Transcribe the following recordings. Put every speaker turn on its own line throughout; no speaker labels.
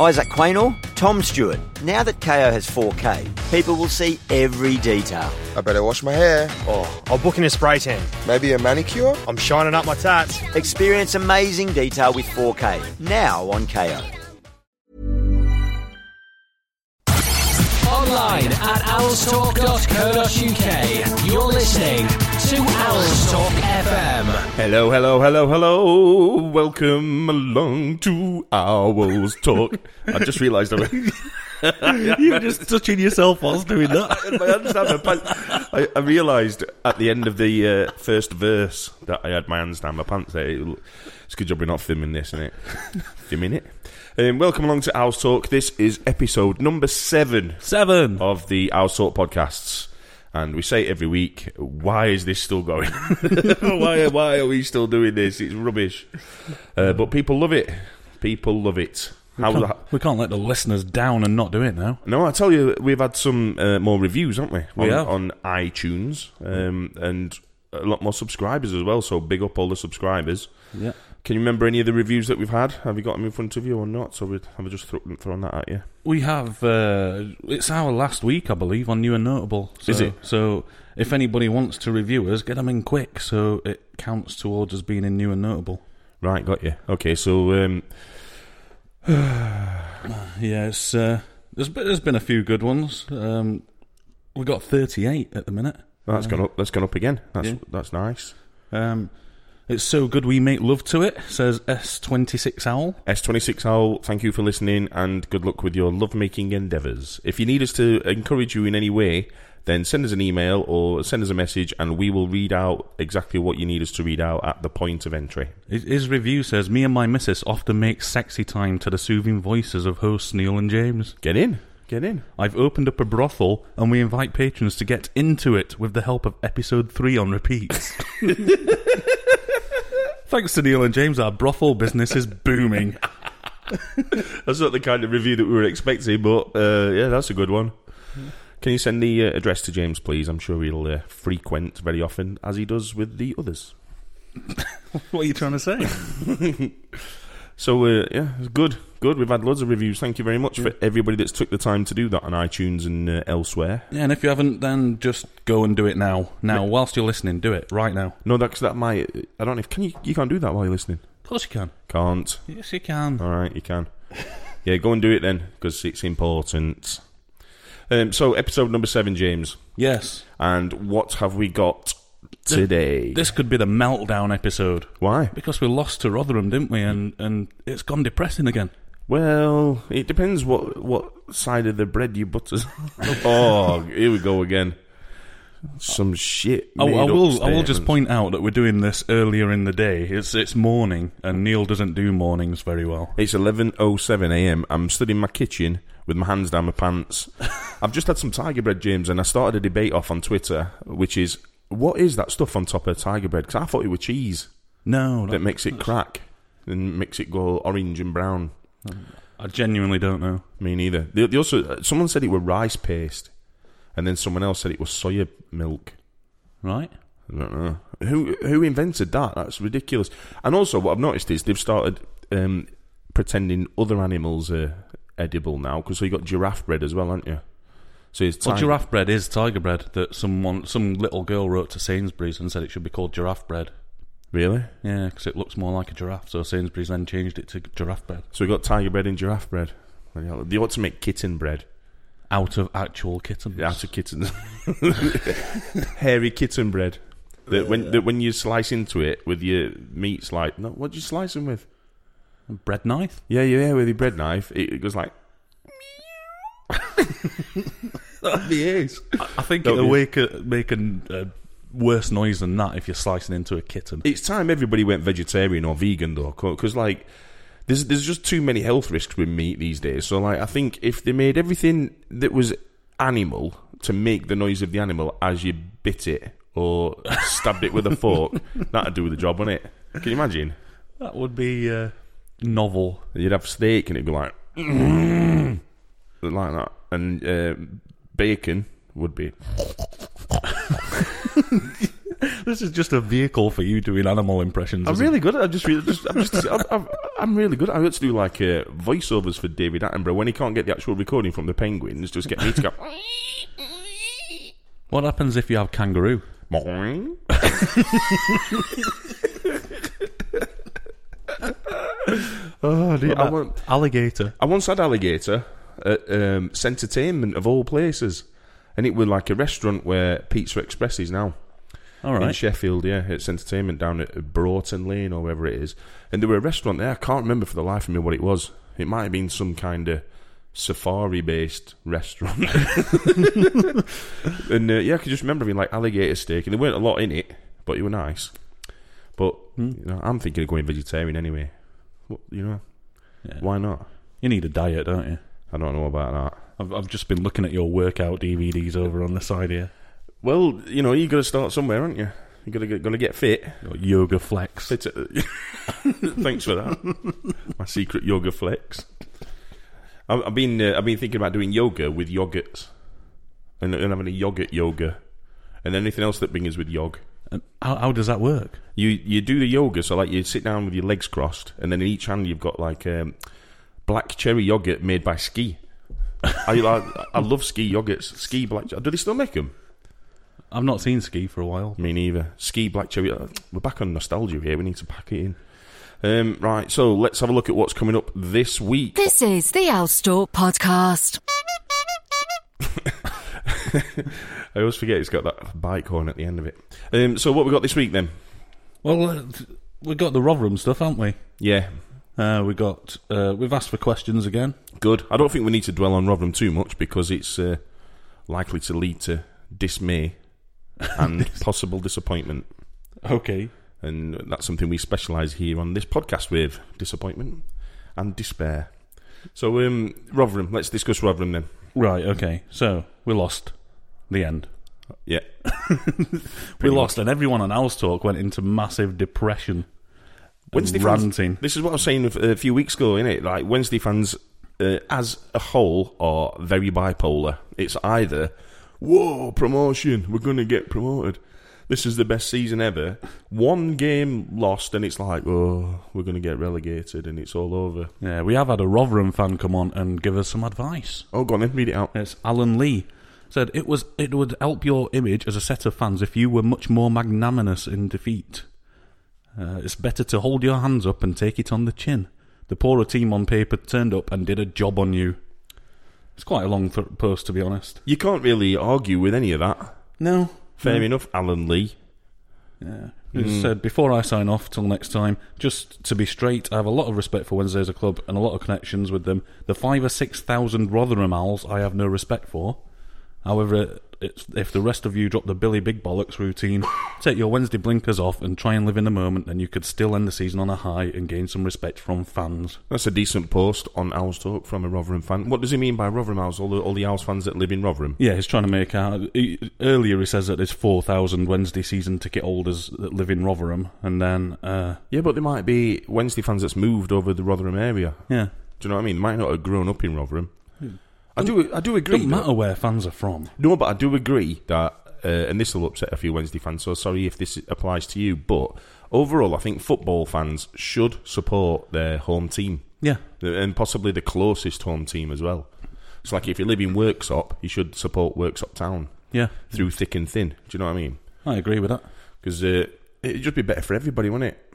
Isaac Quaynor, Tom Stewart. Now that KO has 4K, people will see every detail.
I better wash my hair.
Oh, I'll book in a spray tan.
Maybe a manicure?
I'm shining up my tats.
Experience amazing detail with 4K now on KO.
Online at owlstalk.co.uk. You're listening to Owls Talk FM.
Hello, hello, hello, hello. Welcome along to Owls Talk. I just realised I went.
You were just touching yourself whilst doing that.
I understand my pants. I, I realised at the end of the uh, first verse that I had my hands down my pants. There, it's a good job we're not filming this, isn't it? filming it. Um, welcome along to Owls Talk. This is episode number seven
Seven.
of the Owls Talk podcasts. And we say every week, why is this still going? why, why are we still doing this? It's rubbish. Uh, but people love it. People love it. How,
We can't let the listeners down and not do it now.
no, I tell you, we've had some uh, more reviews, haven't we? on,
We have.
on iTunes um, and a lot more subscribers as well. So big up all the subscribers.
Yeah.
Can you remember any of the reviews that we've had? Have you got them in front of you or not? So we have I just thro- thrown that at you?
We have, uh, it's our last week, I believe, on New and Notable. So,
Is it?
So if anybody wants to review us, get them in quick so it counts towards us being in New and Notable.
Right, got you. Okay, so um,
Yeah, it's, uh, there's, been, there's been a few good ones. Um, we got 38 at the minute.
that's gone up. That's gone up again. That's
Yeah.
that's nice.
Um, it's so good we make love to it, says S26 Owl.
S26 Owl, thank you for listening and good luck with your lovemaking endeavours. If you need us to encourage you in any way, then send us an email or send us a message and we will read out exactly what you need us to read out at the point of entry.
His- His review says, "Me and my missus often make sexy time to the soothing voices of hosts Neil and James.
Get in. Get in.
I've opened up a brothel, and we invite patrons to get into it with the help of episode three on repeat." Thanks to Neil and James, our brothel business is booming.
That's not the kind of review that we were expecting, but uh, yeah, that's a good one. Hmm. Can you send the uh, address to James, please? I'm sure he'll uh, frequent very often, as he does with the others.
what are you trying to say?
So uh, yeah, it's good, good. We've had loads of reviews. Thank you very much for everybody that's took the time to do that on iTunes and uh, elsewhere.
Yeah, and if you haven't, then just go and do it now. Now, whilst you're listening, do it right now.
No, that's that might. uh, I don't know. If, can you? You can't do that while you're listening.
Of course you can.
Can't.
Yes, you can.
All right, you can. yeah, go and do it then, because it's important. Um, so episode number seven, James,
Yes,
and what have we got today?
this could be the meltdown episode.
Why?
Because we lost to Rotherham, didn't we? And and it's gone depressing again.
Well, it depends what what side of the bread you butter. oh, here we go again. Some shit.
I, I
made up
will I will just
statements.
point out that we're doing this earlier in the day. It's it's morning, and Neil doesn't do mornings very well.
It's 11:07 a.m. I'm stood in my kitchen with my hands down my pants. I've just had some tiger bread, James, and I started a debate off on Twitter, which is what is that stuff on top of tiger bread? Because I thought it was cheese
No,
that makes it crack and makes it go orange and brown.
I genuinely don't know.
Me neither. They, they also uh, someone said it was rice paste, and then someone else said it was soya milk.
Right?
I don't know. Who who invented that? That's ridiculous. And also, what I've noticed is they've started um, pretending other animals are edible now. Because so you got giraffe bread as well, aren't you? So it's
Well,
time-
giraffe bread is tiger bread that someone some little girl wrote to Sainsbury's and said it should be called giraffe bread.
Really?
Yeah, because it looks more like a giraffe. So Sainsbury's then changed it to giraffe bread
So we got tiger bread and giraffe bread. They ought to make kitten bread
out of actual kittens.
out of kittens. Hairy kitten bread. That when that when you slice into it with your meat slice, no, what do you slice them with?
bread knife.
Yeah, yeah, yeah, with your bread knife, it, it goes like that'd be ace.
I think
Don't
it'll
you?
make a, make a uh, worse noise than that if you're slicing into a kitten.
It's time everybody went vegetarian or vegan though, because like there's there's just too many health risks with meat these days. So like I think if they made everything that was animal to make the noise of the animal as you bit it or stabbed it with a fork, that'd do the job, wouldn't it? Can you imagine?
That would be uh, novel.
You'd have steak and it'd go like like that, and uh, bacon would be
this is just a vehicle for you doing animal impressions.
I'm
isn't
really good. at- I just, really, just, I'm, just I'm, I'm, I'm really good. I used to do like uh, voiceovers for David Attenborough when he can't get the actual recording from the Penguins. Just get me to go.
it? What happens if you have kangaroo?
"Boing."
Oh,
I want-
alligator.
I once had alligator at um, Centertainment of all places, and it was like a restaurant where Pizza Express is now.
All
in
right.
Sheffield, yeah, it's entertainment down at Broughton Lane or wherever it is. And there were a restaurant there. I can't remember for the life of me what it was. It might have been some kind of safari-based restaurant. and uh, yeah, I can just remember being like alligator steak, and there weren't a lot in it, but it were nice. But
Hmm.
you know, I'm thinking of going vegetarian anyway. What, you know,
Yeah.
why not?
You need a diet, don't you?
I don't know about that.
I've, I've just been looking at your workout DVDs over on the side here.
Well, you know, you got to start somewhere, aren't you? You got to got to get fit.
Your yoga flex.
Fit at the- Thanks for that. My secret yoga flex. I've, I've been uh, I've been thinking about doing yoga with yogurts, and, and having a yogurt yoga, and anything else that brings with yog.
And how, how does that work?
You you do the yoga, so like you sit down with your legs crossed, and then in each hand you've got like um, black cherry yogurt made by Ski. I, I I love Ski yogurts. Ski black. Do they still make them?
I've not seen ski for a while.
Me neither. Ski Black Cherry. uh, We're back on nostalgia here. We need to pack it in. Um, right, so let's have a look at what's coming up this week.
This is the Owlstalk Podcast.
I always forget it's got that bike horn at the end of it. Um, so what we got this week then?
Well, uh, we've got the Rotherham stuff, haven't we?
Yeah,
Uh, we got. Uh, we've asked for questions again.
good. I don't think we need to dwell on Rotherham too much because it's uh, likely to lead to dismay and possible disappointment.
Okay.
And that's something we specialise here on this podcast with disappointment and despair. So um, Rotherham, let's discuss Rotherham then.
Right. Okay. So we lost. The end.
Yeah,
We
Pretty
lost, and everyone on Owl's Talk went into massive depression.
Wednesday
ranting.
fans. This is what I was saying a a few weeks ago, innit? Like Wednesday fans, uh, as a whole, are very bipolar. It's either whoa promotion, we're going to get promoted. This is the best season ever. One game lost, and it's like, oh, we're going to get relegated, and it's all over.
Yeah, we have had a Rotherham fan come on and give us some advice.
Oh, go on, then read it out.
It's Alan Lee said it was it would help your image as a set of fans if you were much more magnanimous in defeat. Uh, it's better to hold your hands up and take it on the chin. The poorer team on paper turned up and did a job on you. It's quite a long th- post, to be honest.
You can't really argue with any of that.
No,
Fair enough, Alan Lee.
Yeah. He said, before I sign off till next time, just to be straight, I have a lot of respect for Wednesday as a club and a lot of connections with them. The five or six thousand Rotherham Owls I have no respect for. However, it's, if the rest of you drop the Billy Big Bollocks routine, take your Wednesday blinkers off and try and live in the moment, then you could still end the season on a high and gain some respect from fans.
That's a decent post on Owls Talk from a Rotherham fan. What does he mean by Rotherham Owls? All the, all the Owls fans that live in Rotherham?
Yeah, he's trying to make out. He, earlier, he says that there's 4,000 Wednesday season ticket holders that live in Rotherham, and then, uh,
Yeah, but there might be Wednesday fans that's moved over the Rotherham area.
yeah. Hmm.
Do you know what I mean? Might not have grown up in Rotherham. I do. I do agree.
Doesn't
that-
matter where fans are from.
No, but I do agree that, uh, and this will upset a few Wednesday fans. So sorry if this applies to you, but overall, I think football fans should support their home team
Yeah.
and possibly the closest home team as well. It's like if you live in Worksop, you should support Worksop Town
Yeah,
through thick and thin. Do you know what I mean?
I agree with that.
Because uh, it'd just be better for everybody, wouldn't it?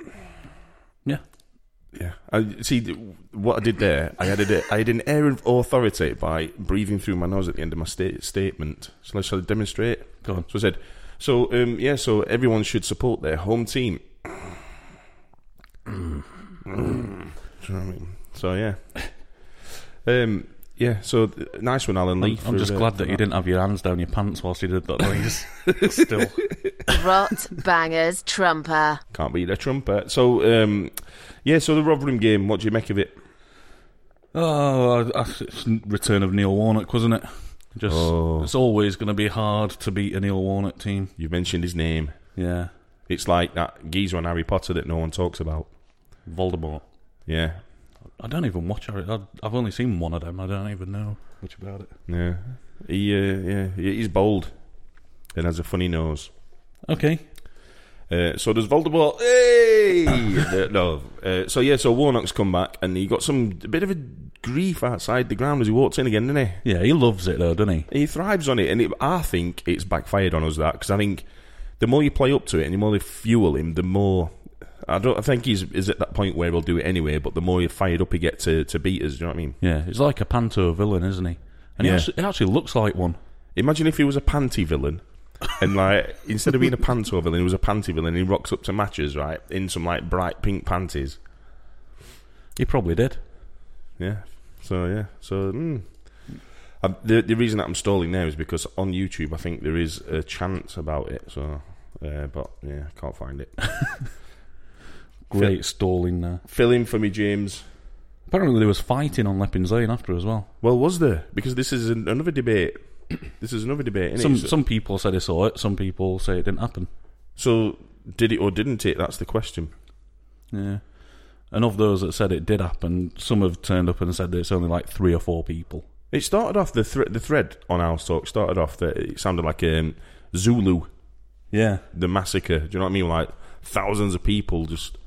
Yeah,
Yeah. I see th- what I did there. I had a, I had an air of authority by breathing through my nose at the end of my sta- statement. So let's shall I demonstrate.
Go on.
So I said, so um, yeah, so everyone should support their home team. Do you know what I mean? So yeah, um, yeah. So th- nice one, Alan Lee.
I'm, I'm
for,
just
uh,
glad
for
that you didn't have your hands down your pants whilst you did that noise. Still,
Rot bangers trumper.
Can't beat a trumpet. So um, yeah, so the Rotherham game. What do you make of it?
oh, I- I- it's n- return of Neil Warnock, wasn't it? Just,
Oh.
it's always going to be hard to beat a Neil Warnock team.
You mentioned his name.
Yeah,
It's like that geezer on Harry Potter that no one talks about.
Voldemort.
Yeah,
I don't even watch. Harry- I've I've only seen one of them. I don't even know much about it.
Yeah, he uh, yeah he- he's bold and has a funny nose.
Okay,
Uh, so does Voldemort. Hey! Uh, no. Uh, so yeah, so Warnock's come back and he got some a bit of a grief outside the ground as he walks in again, didn't he?
Yeah, he loves it though, doesn't he?
He thrives on it, and it, I think it's backfired on us that because I think the more you play up to it and the more you fuel him, the more I don't. I think he's is at that point where he'll do it anyway. But the more you fired up, he get to to beat us. Do you know what I mean?
Yeah, he's like a panto villain, isn't he? And
Yeah.
he, actually, he actually looks like one.
Imagine if he was a panty villain. and like instead of being a panto villain, he was a panty villain. And he rocks up to matches right in some like bright pink panties.
He probably did.
Yeah. So yeah. So mm. Um, the the reason that I'm stalling now is because on YouTube I think there is a chance about it. So, uh, but yeah, can't find it.
Great stalling there.
Fill in for me, James.
Apparently there was fighting on Leppin's Lane after as well.
Well, was there? Because this is an, another debate. This is another debate. Isn't
Some
it? So,
some people said they saw it. Some people say it didn't happen.
so did it or didn't it? That's the question.
Yeah. And of those that said it did happen, some have turned up and said that it's only like three or four people.
It started off the thre- the thread on our talk started off that it sounded like um, Zulu
Yeah.
the massacre. Do you know what I mean? Like thousands of people just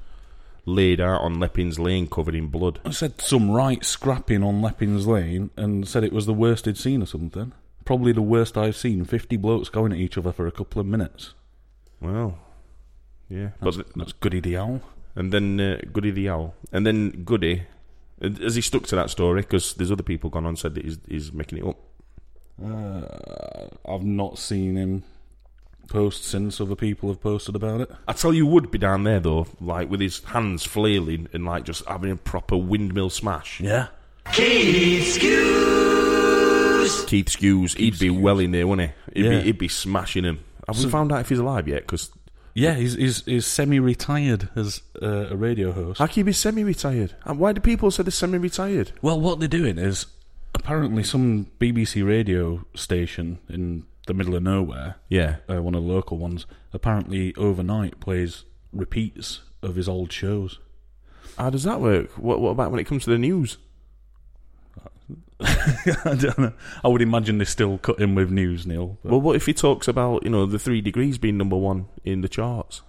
laid out on Leppin's Lane covered in blood.
I said some right scrapping on Leppin's Lane and said it was the worst he'd seen or something. Probably the worst I've seen. 50 blokes going at each other for a couple of minutes.
Well, yeah, but
That's,
th-
that's Goody the Owl.
and then uh, Goody the owl, and then Goody, uh, as he stuck to that story because there's other people gone on said that he's, he's making it up.
I've not seen him post since other people have posted about it.
I tell you, would be down there though, like with his hands flailing and like just having a proper windmill smash.
Yeah.
Keith Skews, he'd be well in there, wouldn't he? He'd,
Yeah.
be, he'd be smashing him. Have we found out if he's alive yet? Because
Yeah, he's, he's, he's semi retired as uh, a radio host.
how can you be semi-retired? And why do people say they're semi-retired?
Well, what they're doing is apparently some BBC radio station in the middle of nowhere,
Yeah,
uh, one of the local ones, apparently overnight plays repeats of his old shows.
how does that work? What What about when it comes to the news?
I don't know. I would imagine they still cut him with news, Neil. but-
Well, what if he talks about you know the three degrees being number one in the charts?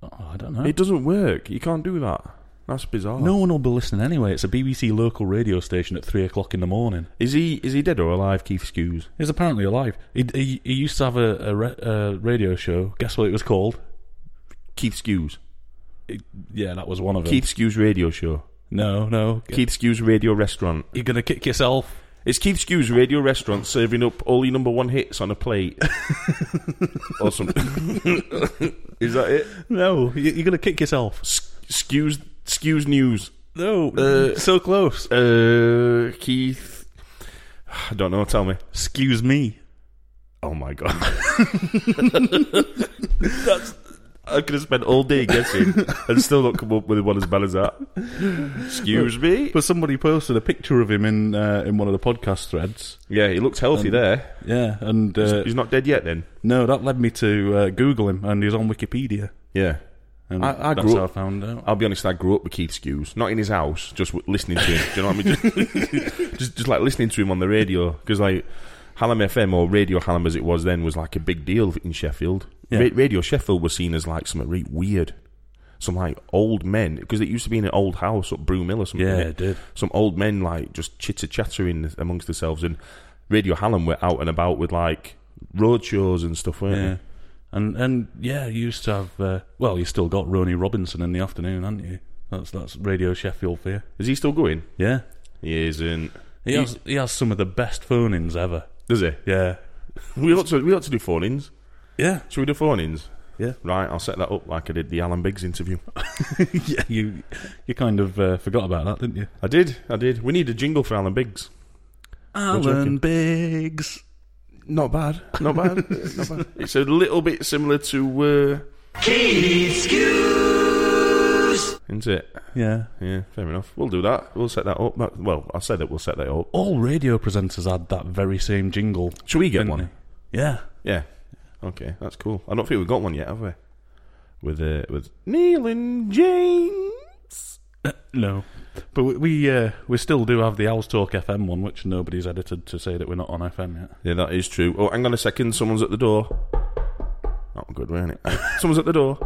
Oh, I don't know.
It doesn't work. You can't do that. That's bizarre.
no one will be listening anyway. It's a BBC local radio station at three o'clock in the morning.
is he is he dead or alive? Keith Skews.
He's apparently alive. He, he, he used to have a, a, re- a radio show. Guess what it was called?
Keith Skews.
It- yeah, that was one of them.
Keith Skews radio show.
No, no.
Keith Skews radio restaurant.
You're gonna kick yourself.
It's Keith Skews Radio Restaurant serving up all your number one hits on a plate. or something. Is that it?
No, you- you're gonna kick yourself.
S- Skews, Skews News.
No, so close.
Uh, Keith. I don't know, tell me.
Excuse me.
Oh my god. That's. I could have spent all day guessing and still not come up with one as bad as that. Excuse me?
But somebody posted a picture of him in uh, in one of the podcast threads.
Yeah, he looks healthy there.
Yeah, and uh,
Um, He's not dead yet then.
no, that led me to uh, Google him, and he's on Wikipedia.
Yeah.
And
I- I
that's
grew
how I
up-
found out.
I'll be honest, I grew up with Keith Skews. Not in his house, just w- listening to him. Do you know what I mean? Just, just, just like listening to him on the radio. Because, like, Hallam FM, or Radio Hallam as it was then, was like a big deal in Sheffield.
Yeah.
Ra- radio Sheffield was seen as like something really weird. Some like old men, because it used to be in an old house up Broom Hill or something.
Yeah,
innit?
it did.
Some old men like just chitter chattering amongst themselves, and Radio Hallam were out and about with like road shows and stuff, weren't
yeah,
they?
and and yeah, you used to have. Uh, well, you still got Ronnie Robinson in the afternoon, haven't you? That's that's Radio Sheffield for you.
Is he still going?
Yeah,
He isn't.
he has he has some of the best phone-ins ever.
Does he?
Yeah,
We ought to we ought to do phone ins.
yeah,
Should we do phone ins?
yeah.
Right, I'll set that up like I did the Alan Biggs interview.
yeah, you you kind of uh, forgot about that, didn't you?
I did, I did. We need a jingle for Alan Biggs.
Alan Biggs.
Not bad, not bad, not bad. It's a little bit similar to uh, Isn't it?
Yeah.
Yeah, fair enough. We'll do that. We'll set that up. That- well, I said that we'll set that up.
All radio presenters had that very same jingle.
Should we get
didn't
one?
they? Yeah.
Yeah. Okay, that's cool. I don't think we've got one yet, have we? With uh, with Neil and James.
No. But we we, uh, we still do have the Owls Talk FM one, which nobody's edited to say that we're not on FM yet.
Yeah, that is true. Oh, hang on a second. Someone's at the door. That was good, wasn't it? Someone's at the door.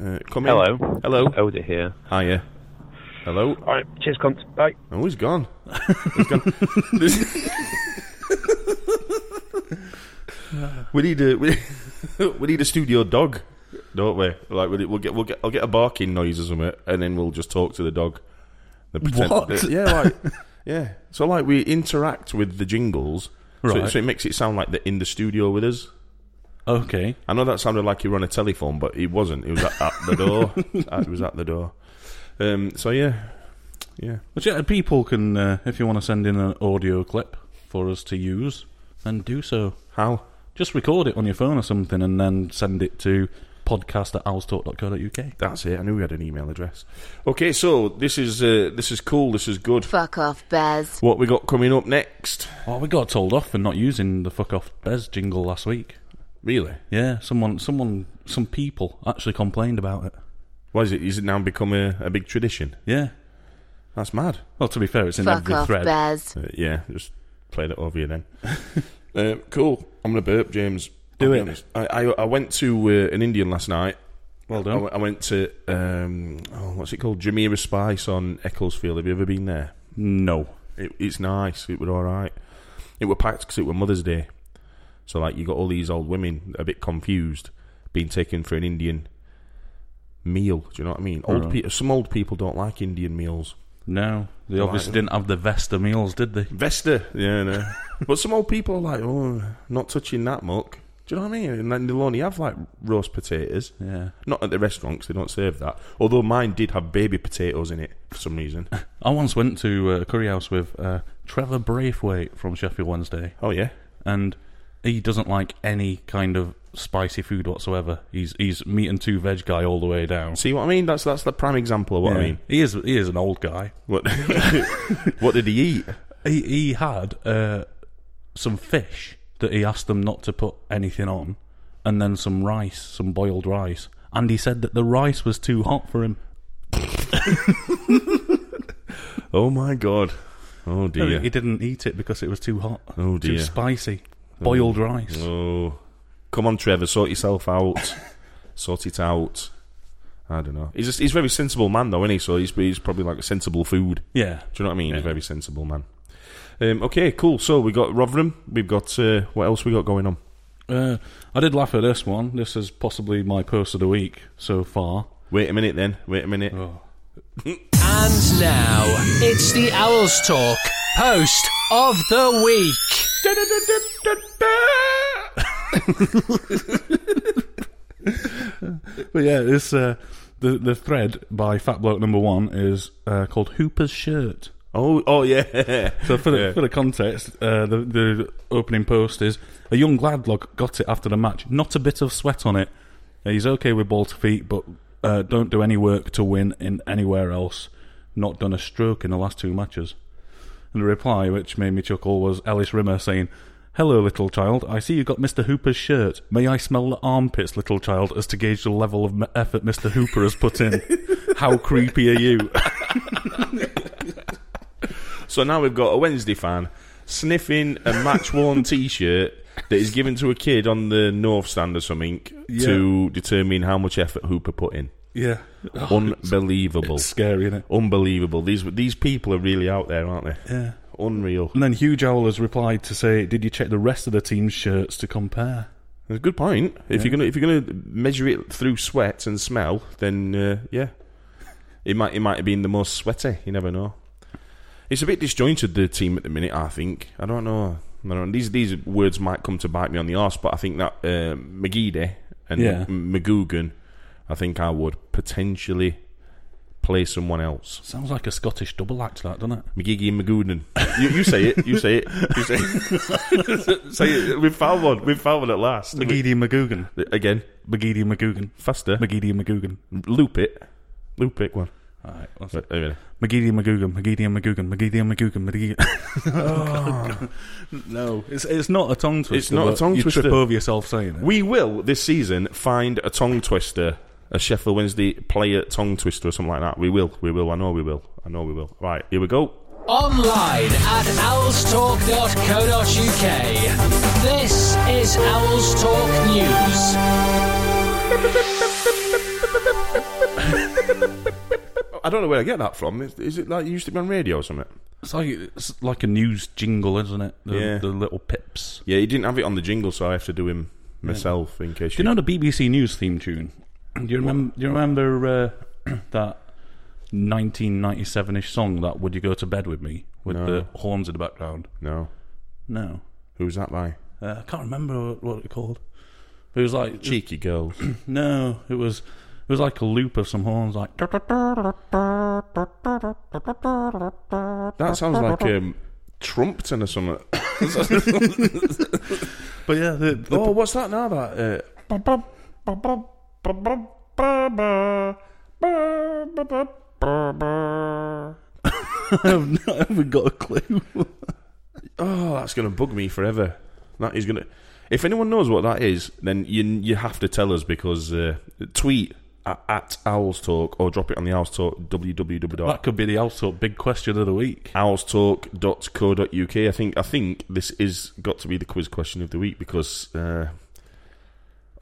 Uh, come in.
Hello.
Hello.
Elder here.
Hiya. Hello.
All right. Cheers, cunt. Bye.
Oh, he's gone. He's gone. This- we need a we, we need a studio dog, don't we? Like we- we'll get we'll get I'll get a barking noise or something, and then we'll just talk to the dog. Then
What?
that- yeah, like yeah. So like we interact with the jingles, so, it,
Right.
so it makes it sound like they're in the studio with us.
Okay.
I know that sounded like you were on a telephone, but it wasn't. It was at, at the door. Uh, it was at the door. Um, so yeah, yeah.
But yeah, people can, uh, if you want to send in an audio clip for us to use, then do so.
How?
Just record it on your phone or something and then send it to podcast at owlstalk.co.uk.
That's it. I knew we had an email address. Okay, so this is uh, this is cool. This is good.
Fuck off, Bez.
What we got coming up next?
Oh, we got told off for not using the fuck off Bez jingle last week.
Really?
Yeah, someone, someone, some people actually complained about it.
Why is it? Is it now become a, a big tradition?
Yeah.
That's mad.
Well, to be fair, it's in
Fuck
every
off,
thread.
Bez.
Uh, yeah, just played it over you then. uh, cool. I'm gonna burp, James.
Do
I'll be
it.
honest. I, I I went to uh, an Indian last night.
Well
I,
done.
went- I went to um, oh, what's it called? Jamira Spice on Ecclesfield. Have you ever been there?
No.
It, it's nice. It were all right. It were packed because it were Mother's Day, so like you got all these old women a bit confused, being taken for an Indian meal. Do you know what I mean? Old
Right.
people, some old people don't like Indian meals.
No. They obviously didn't have the Vesta meals, did they?
Vesta, yeah, no. but some old people are like, oh, not touching that muck. Do you know what I mean? And then they'll only have like roast potatoes.
Yeah.
Not at the restaurants; they don't serve that. Although mine did have baby potatoes in it for some reason.
I once went to uh, a curry house with uh, Trevor Braithwaite from Sheffield Wednesday,
oh yeah,
and he doesn't like any kind of spicy food whatsoever. He's he's meat and two veg guy all the way down.
see what I mean? That's that's the prime example of what I
Yeah.
mean.
he is he is an old guy.
What what did he eat?
He he had uh, some fish that he asked them not to put anything on, and then some rice, some boiled rice, and he said that the rice was too hot for him.
Oh my god. Oh dear.
He didn't eat it because it was too hot.
Oh,
Too
dear.
spicy. Boiled rice.
Oh. Come on, Trevor, sort yourself out. sort it out. I don't know. He's a, he's a very sensible man though, isn't he? So he's, he's probably like a sensible food.
Yeah.
Do you know what I mean? He's a very sensible man. Um, okay, cool. So we got Rotherham. We've got uh, what else we got going on?
Uh, I did laugh at this one. This is possibly my post of the week so far.
Wait a minute, then. Wait a minute.
Oh.
And now it's the Owls Talk post of the week.
But yeah, this uh, the the thread by Fat Bloke Number One is uh, called Hooper's Shirt.
Oh, oh yeah.
So for the,
Yeah.
for the context, uh, the the opening post is a young lad lo- got it after the match. Not a bit of sweat on it. He's okay with ball to feet, but uh, don't do any work to win in anywhere else. Not done a stroke in the last two matches. And the reply, which made me chuckle, was Alice Rimmer saying, "Hello, little child. I see you got Mister Hooper's shirt. May I smell the armpits, little child, as to gauge the level of m- effort Mister Hooper has put in? How creepy are you?"
So now we've got a Wednesday fan sniffing a match worn t shirt that is given to a kid on the North Stand or something
Yeah.
to determine how much effort Hooper put in.
yeah,
Unbelievable.
scary, innit?
Unbelievable. These these people are really out there, aren't they?
Yeah.
Unreal.
And then Huge Owl has replied to say, "Did you check the rest of the team's shirts to compare?"
That's a good point. If you're gonna if you're gonna measure it through sweat and smell, then uh, yeah, it might it might have been the most sweaty. You never know. It's a bit disjointed the team at the minute. I think I don't know. I don't know. These these words might come to bite me on the arse, but I think that uh, McGeady and
Yeah.
McGugan, I think I would potentially play someone else.
Sounds like a Scottish double act, that doesn't it?
McGiggy and McGoonan. You, you say it. You say it. You say it. say it. We found one. We found one at last.
McGeady and McGugan,
Again,
McGeady and McGugan,
faster.
McGeady and McGugan.
Loop it. Loop it. One.
All right, that's it.
Wait, wait a minute.
McGeady and McGugan, McGeady and McGugan, McGeady and McGugan, McGeady. Oh,
Oh,
no, it's it's not a tongue twister.
not a
but
tongue
you
twister.
trip over yourself saying it.
We will this season find a tongue twister, a Sheffield Wednesday player tongue twister or something like that. We will. We will. I know we will. I know we will. Right. Here we go.
Online at owlstalk.co.uk. This is Owls Talk News.
I don't know where I get that from. Is, is it like it used to be on radio or something?
It's like it's like a news jingle, isn't it? The,
Yeah.
the little pips.
Yeah, he didn't have it on the jingle, so I have to do him myself in case
Do you know the BBC News theme tune? Do you remember? Do you remember uh, that 1997-ish song that "Would You Go to Bed with Me" with
No.
the horns in the background?
No.
No,
Who's that by?
uh, I can't remember what, what it called. It was like
Cheeky girls.
no, it was it was like a loop of some horns, like
That sounds like um, Trumpton or something.
But yeah, the, the,
oh, what's that now? That uh...
I've not even got a clue.
oh, that's gonna bug me forever. That is gonna. If anyone knows what that is, then you you have to tell us because uh, tweet at, at Owls Talk or drop it on the Owls Talk www.
that could be the also big question of the week.
owlstalk.co.uk. I think I think this is got to be the quiz question of the week because uh,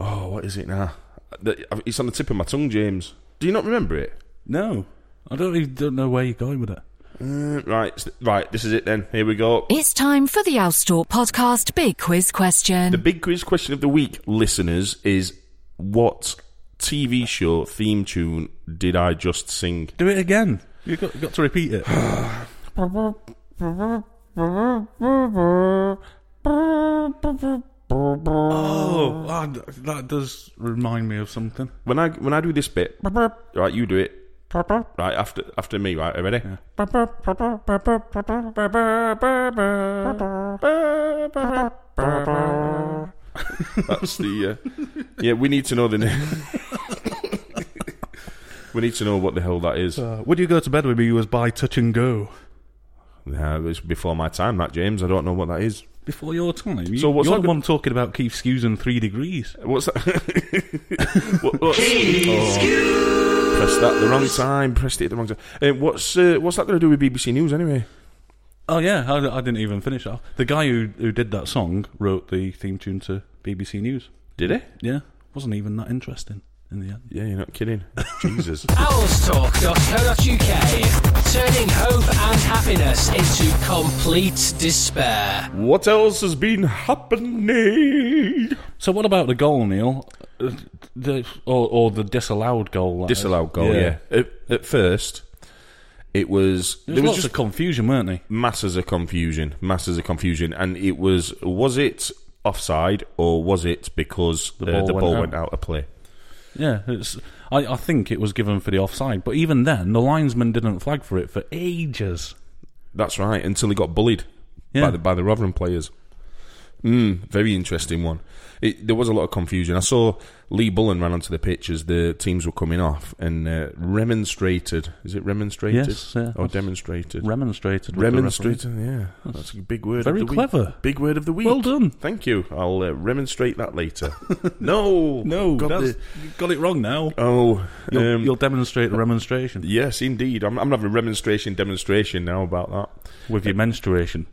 oh, what is it now? The- It's on the tip of my tongue, James. Do you not remember it?
No, I don't even don't know where you're going with it.
Uh, right, s- right. This is it then. Here we go.
It's time for the Owl Talk Podcast Big Quiz
The
Question.
big quiz question of the week, listeners, is what TV show theme tune did I just sing?
Do it again. You got got to repeat it. oh, ah, th- that does remind me of something.
When I when I do this bit, right, you do it. Right after after me, right? Are you ready? That's the uh, yeah. We need to know the name. we need to know what the hell that is.
Uh, would you go to bed with me? Was by touch and go
Nah, it's before my time, that James. I don't know what that is.
before your time. You,
So what's
you're
that
the
gonna-
one talking about Keith Skews and Three Degrees.
What's that? what, what's- oh, pressed that the wrong time. Pressed it at the wrong time. Uh, what's uh, what's that going to do with BBC News anyway?
Oh yeah, I, I didn't even finish that. The guy who who did that song wrote the theme tune to BBC News.
Did it?
Yeah, wasn't even that interesting in the end.
Yeah, you're not kidding. Jesus.
Owlstalk.co.uk. Turning hope and happiness into complete despair.
What else has been happening?
So what about the goal, Neil? Uh, The, or, or the disallowed goal? that is.
Disallowed goal. Yeah. At, at first, it was there
There was,
was
lots
just
of confusion, weren't they?
masses of confusion, masses of confusion, and it was was it offside or was it because the
ball
the
went
ball
out.
went out of play?
Yeah, it's. I, I think it was given for the offside, but even then, the linesman didn't flag for it for ages.
That's right. Until he got bullied
Yeah.
by the by the Rotherham players. Mm, very interesting one. It, there was a lot of confusion. I saw Lee Bullen ran onto the pitch as the teams were coming off and uh, remonstrated. Is it remonstrated?
Yes, yeah,
Or
that's-
demonstrated?
Remonstrated. with the referee.
remonstrated, yeah. That's a big word
very
of the
clever.
Week. Big word of the week.
Well done.
Thank you. I'll uh, remonstrate that later. no.
No,
Got
that's,
the-
you got it wrong now.
Oh.
You'll,
um,
you'll demonstrate a remonstration
yes, indeed. I'm, I'm having a remonstration demonstration now about that.
with your menstruation.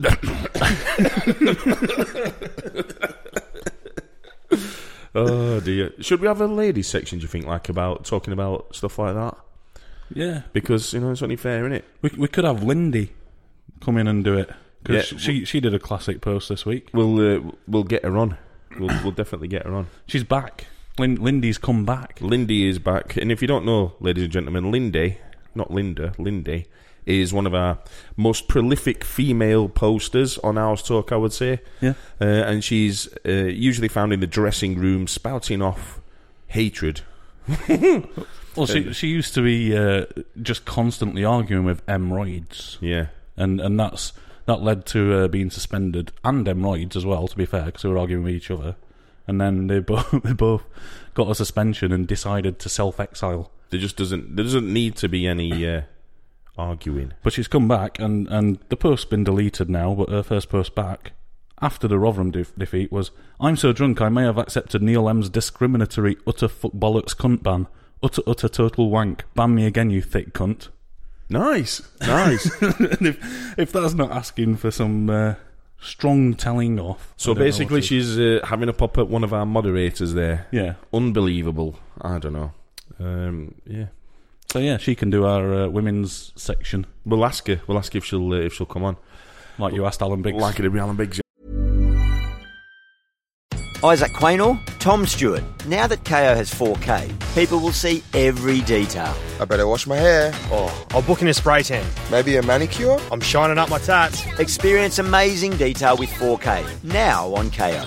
Oh dear. Should we have a ladies section? Do you think, like about talking about stuff like that?
yeah,
Because you know it's only fair, isn't it?
we we could have Lindy come in and do it because
Yeah.
she she did a classic post this week.
We'll uh, we'll get her on. We'll we'll definitely get her on.
She's back. Lin, Lindy's come back.
Lindy is back, and if you don't know, ladies and gentlemen, Lindy, not Linda, Lindy is one of our most prolific female posters on Hours Talk. I would say.
Yeah.
Uh, and she's uh, usually found in the dressing room, spouting off hatred.
Well, she she used to be uh, just constantly arguing with emroids,
Yeah.
and and that's that led to her being suspended and emroids as well. To be fair, because they were arguing with each other, and then they both they both got a suspension and decided to self exile.
There just doesn't there doesn't need to be any uh, arguing.
But she's come back, and and the post's been deleted now. But her first post back after the Rotherham de- defeat was, "I'm so drunk I may have accepted Neil M's discriminatory utter fuck bollocks cunt ban, utter utter total wank, ban me again, you thick cunt."
Nice, nice.
And if, if that's not asking for some uh, strong telling off.
so
I don't know
basically,
what is.
she's uh, having a pop at one of our moderators there.
Yeah.
Unbelievable. I don't know. Um, yeah.
So yeah, she can do our uh, women's section,
We'll ask her. We'll ask if she'll uh, if she'll come on.
like you asked Alan Biggs.
Like it to be Alan Biggs.
Isaac Quaynor, Tom Stewart. Now that KO has 4K, people will see every detail.
I better wash my hair.
Oh, I'll book in a spray tan.
Maybe a manicure?
I'm shining up my tats.
Experience amazing detail with 4K. Now on KO.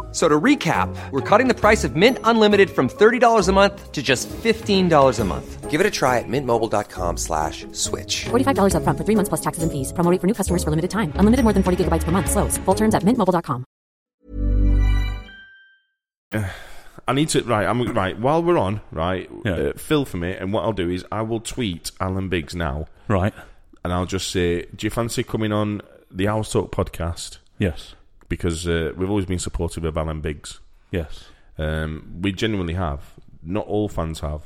So to recap, we're cutting the price of Mint Unlimited from $30 a month to just $15 a month.
Give it a try at mintmobile.com slash switch.
$45 upfront for three months plus taxes and fees. Promo rate for new customers for limited time. Unlimited more than 40 gigabytes per month. Slows. Full terms at mintmobile.com.
I need to right. I'm right. While we're on, right,
Yeah.
uh, fill for me. And what I'll do is I will tweet Alan Biggs now,
right?
and I'll just say, "Do you fancy coming on the Hours Talk podcast?"
Yes,
Because uh, we've always been supportive of Alan Biggs.
yes.
Um, we genuinely have. Not all fans have.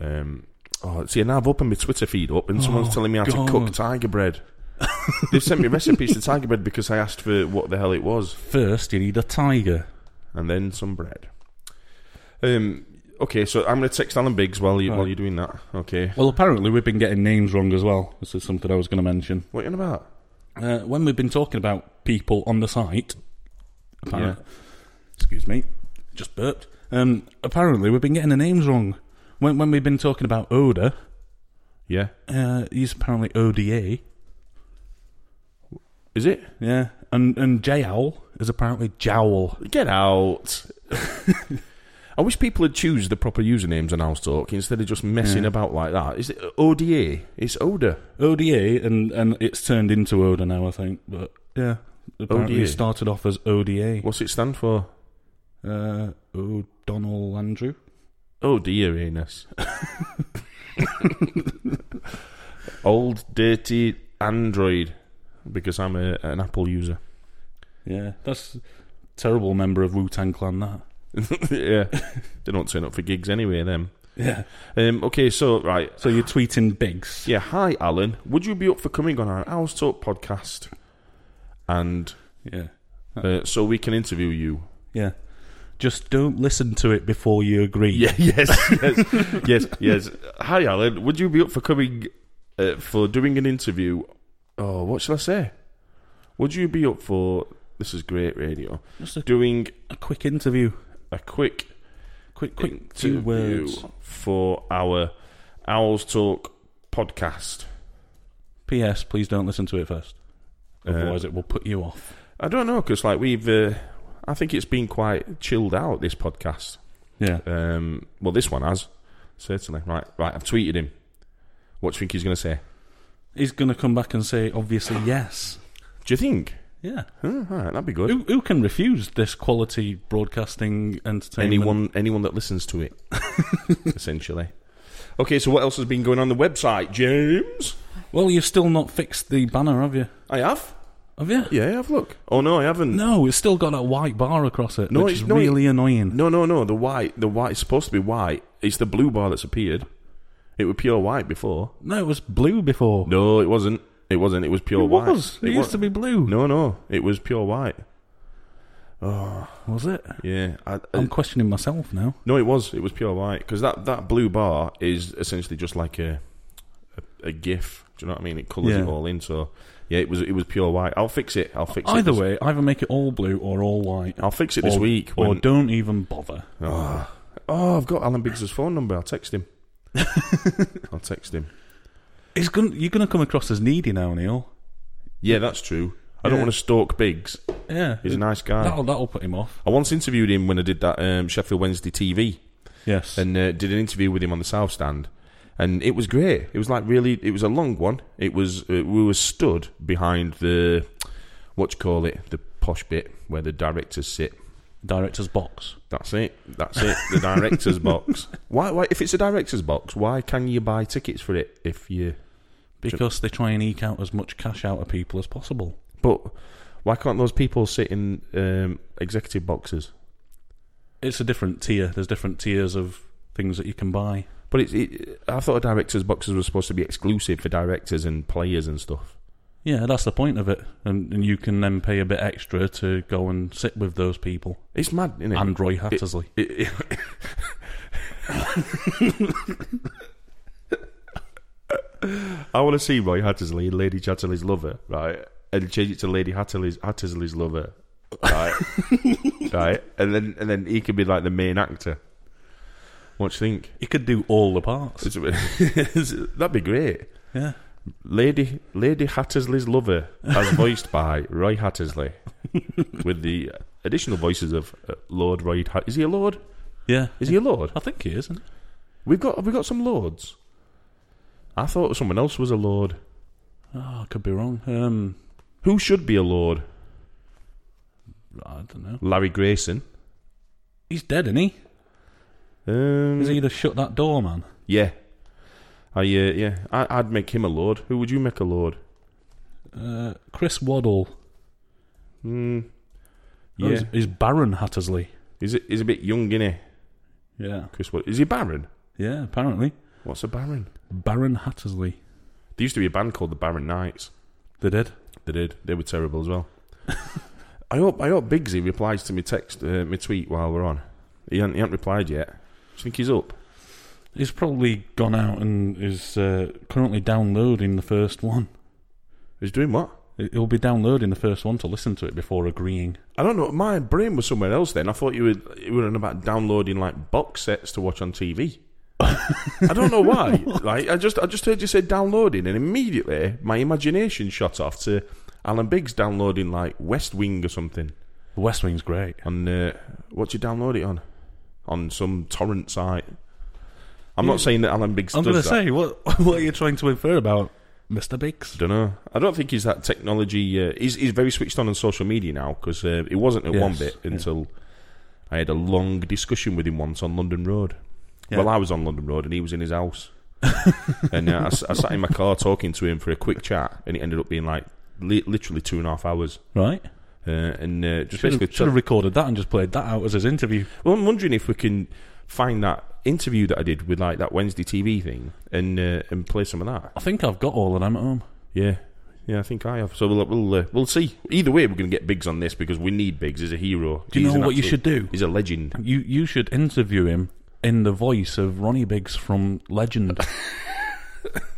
Um, oh, see, and I've opened my Twitter feed up, and someone's telling me how
God.
to cook tiger bread. They've sent me recipes to tiger bread because I asked for what the hell it was.
First, you need a tiger.
and then some bread. Um. Okay, so I'm going to text Alan Biggs while you while you're doing that. Okay.
Well, apparently we've been getting names wrong as well. This is something I was going to mention.
What are you on about?
Uh, when we've been talking about people on the site, apparently,
Yeah.
excuse me, just burped. Um, apparently, we've been getting the names wrong. When when we've been talking about Oda,
Yeah.
uh, he's apparently ODA.
Is it?
Yeah, and and Jowl is apparently Jowl.
Get out. I wish people would choose the proper usernames on House Talk instead of just messing about like that. Is it ODA? It's Oda.
ODA, and and it's turned into Oda now, I think. But yeah, apparently
ODA.
it started off as ODA.
What's it stand for?
Uh, O'Donnell Andrew.
Oh dear, anus. Old dirty Android, because I'm a, an Apple user.
Yeah, that's a terrible member of Wu Tang Clan. That.
yeah, they don't turn up for gigs anyway. Them.
Yeah.
Um, okay, so right,
So you're tweeting Biggs.
yeah. Hi, Alan. Would you be up for coming on our Hours Talk podcast, and
Yeah.
uh, so we can interview you?
Yeah. Just don't listen to it before you agree.
Yeah. Yes. Yes. yes. Yes. Hi, Alan. Would you be up for coming uh, for doing an interview? Oh, what shall I say? Would you be up for? This is great radio. doing
A quick interview.
a quick
Quick, quick two
interview
words.
for our Owls Talk podcast.
P.S. Please don't listen to it first. Otherwise, it will put you off.
Uh, I don't know because like we've, uh, I think it's been quite chilled out this podcast.
Yeah.
Um, well, this one has certainly. Right, right. I've tweeted him. What do you think he's going to say?
He's going to come back and say, obviously, yes.
Do you think?
Yeah.
Huh, all right, that'd be good.
Who, who can refuse this quality broadcasting entertainment?
Anyone, anyone that listens to it, essentially. Okay, so what else has been going on the website, James?
Well, you've still not fixed the banner, have you?
I have.
Have you?
Yeah, I have. Look. Oh no, I haven't.
No, it's still got that white bar across it,
No,
which
it's-
is
no, it-
really annoying.
No, no, no. The white, the white is supposed to be white. It's the blue bar that's appeared. It was pure white before.
No, it was blue before.
No, it wasn't. It wasn't. It was pure
it
white.
was. It, used
wa-
to be blue.
No, no. It was pure white.
Was it?
Yeah. I, I-
I'm questioning myself now.
no, it was. It was pure white because that that blue bar is essentially just like a a, a GIF. Do you know what I mean? It colours
Yeah.
it all in. So yeah, it was it was pure white. I'll fix it. I'll fix it.
Either
this-
way, either make it all blue or all white.
I'll fix it this
or,
week.
Or
when-
don't even bother.
Oh, oh, I've got Alan Biggs' phone number. I'll text him. I'll text him.
It's going you're going to come across as needy now, Neil.
Yeah, that's true. I don't
Yeah.
want to stalk Biggs.
Yeah.
He's a nice guy.
That'll, that'll put him off.
I once interviewed him when I did that um, Sheffield Wednesday TV,
Yes.
and uh, did an interview with him on the South Stand, and it was great. It was like really, it was a long one. It was uh, we were stood behind the what do you call it, the posh bit where the directors sit.
director's box.
That's it. That's it. The director's box. Why? Why? If it's a director's box, why can you buy tickets for it if you?
Because they try and eke out as much cash out of people as possible.
But why can't those people sit in um, executive boxes?
It's a different tier. There's different tiers of things that you can buy.
But it's. It, I thought directors' boxes were supposed to be exclusive for directors and players and stuff.
Yeah, that's the point of it. And, and you can then pay a bit extra to go and sit with those people.
It's mad, isn't it?
And Roy
It-
Hattersley.
it- it- I want to see Roy Hattersley and Lady Chatterley's lover, right? And change it to Lady Hattersley's Hattersley's lover, right? right, and then and then he could be like the main actor. What do you think?
You could do all the parts.
It's- That'd be great.
yeah.
Lady Lady Hattersley's lover, as voiced by Roy Hattersley, with the additional voices of uh, Lord Roy. Hat- is he a lord?
Yeah.
Is he a lord?
I think he is, isn't he?
We've got have we got some lords? I thought someone else was a lord.
Oh, I could be wrong. Um,
Who should be a lord?
I don't know.
Larry Grayson.
He's dead, isn't he?
Um,
He's either shut that door, man.
Yeah. I uh, yeah. I, I'd make him a lord. Who would you make a lord?
Uh, Chris Waddle.
Hmm.
Oh,
Yeah.
he's, he's Baron Hattersley.
Is it? He's a bit young, innit?
Yeah.
Chris, what is he? a Baron?
Yeah, apparently.
What's a baron?
Baron Hattersley.
There used to be a band called the Baron Knights.
They did.
They did. They were terrible as well. I hope I hope Bigsy replies to me text uh, my tweet while we're on. He hasn't, he hasn't replied yet. Do you think he's up?
He's probably gone out and is uh, currently downloading the first one.
He's doing what?
He'll be downloading the first one to listen to it before agreeing.
I don't know. My brain was somewhere else then. I thought you were you were on about downloading like box sets to watch on TV. I don't know why. Like I just I just heard you say downloading, and immediately my imagination shot off to Alan Biggs downloading like West Wing or something.
The West Wing's great.
On uh, what you download it on? On some torrent site. I'm not saying that Alan Biggs.
I'm
does
going to
that.
say, what what are you trying to infer about Mr. Biggs?
Don't know. I don't think he's that technology. Uh, he's, he's very switched on on social media now because uh, he wasn't at
Yes,
one bit
yeah.
until I had a long discussion with him once on London Road.
Yeah.
Well, I was on London Road and he was in his house, and uh, I, s- I sat in my car talking to him for a quick chat, and it ended up being like li- literally two and a half hours.
Right?
Uh, and uh, just
Should
basically,
have, should have recorded that and just played that out as his interview.
well, I'm wondering if we can find that interview that I did with like that Wednesday TV thing and uh, and play some of that.
I think I've got all of them at home.
Yeah, yeah, I think I have. So we'll we'll uh, we'll see. Either way, we're going to get Biggs on this because we need Biggs. He's a hero.
Do you
He's
know
an
what you
absolute-
should do?
He's a legend.
You you should interview him in the voice of Ronnie Biggs from Legend.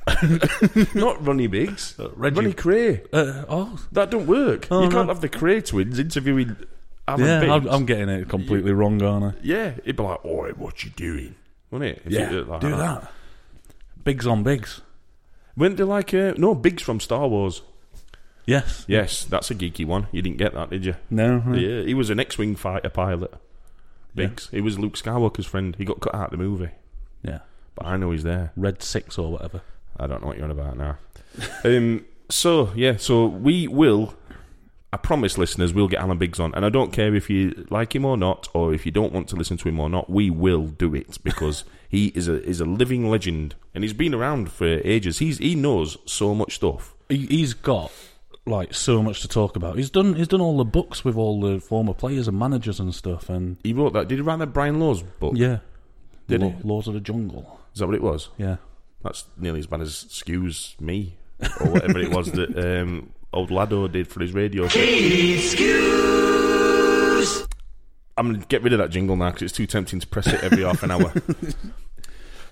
Not Ronnie Biggs.
Reggie.
Ronnie Cray.
uh, oh,
That don't work.
Oh,
you can't
no.
have the Cray twins interviewing Alan
yeah,
Biggs.
I'm, I'm getting it completely wrong, aren't I?
yeah, he'd be like, "Oi, what you doing?" Wouldn't it? If you did it like
do that. Biggs on Biggs.
Weren't they like uh, no Biggs from Star Wars?
Yes.
Yes, that's a geeky one. You didn't get that, did you?
No. huh?
Yeah, he was an X-wing fighter pilot. Biggs. He was Luke Skywalker's friend. He got cut out of the movie,
Yeah.
but I know he's there.
Red Six or whatever.
I don't know what you're on about now. um, so yeah, so we will. I promise, listeners, we'll get Alan Biggs on, and I don't care if you like him or not, or if you don't want to listen to him or not. We will do it because he is a is a living legend, and he's been around for ages. He's he knows so much stuff.
He, he's got like so much to talk about. He's done. He's done all the books with all the former players and managers and stuff. And
He wrote that. Did he write that Brian Law's book?
yeah,
Did
Law-
he?
Laws of the Jungle.
Is that what it was?
Yeah.
That's nearly as bad as "Excuse Me" or whatever it was that um, old Lado did for his radio. show. I'm gonna get rid of that jingle now because it's too tempting to press it every half an hour.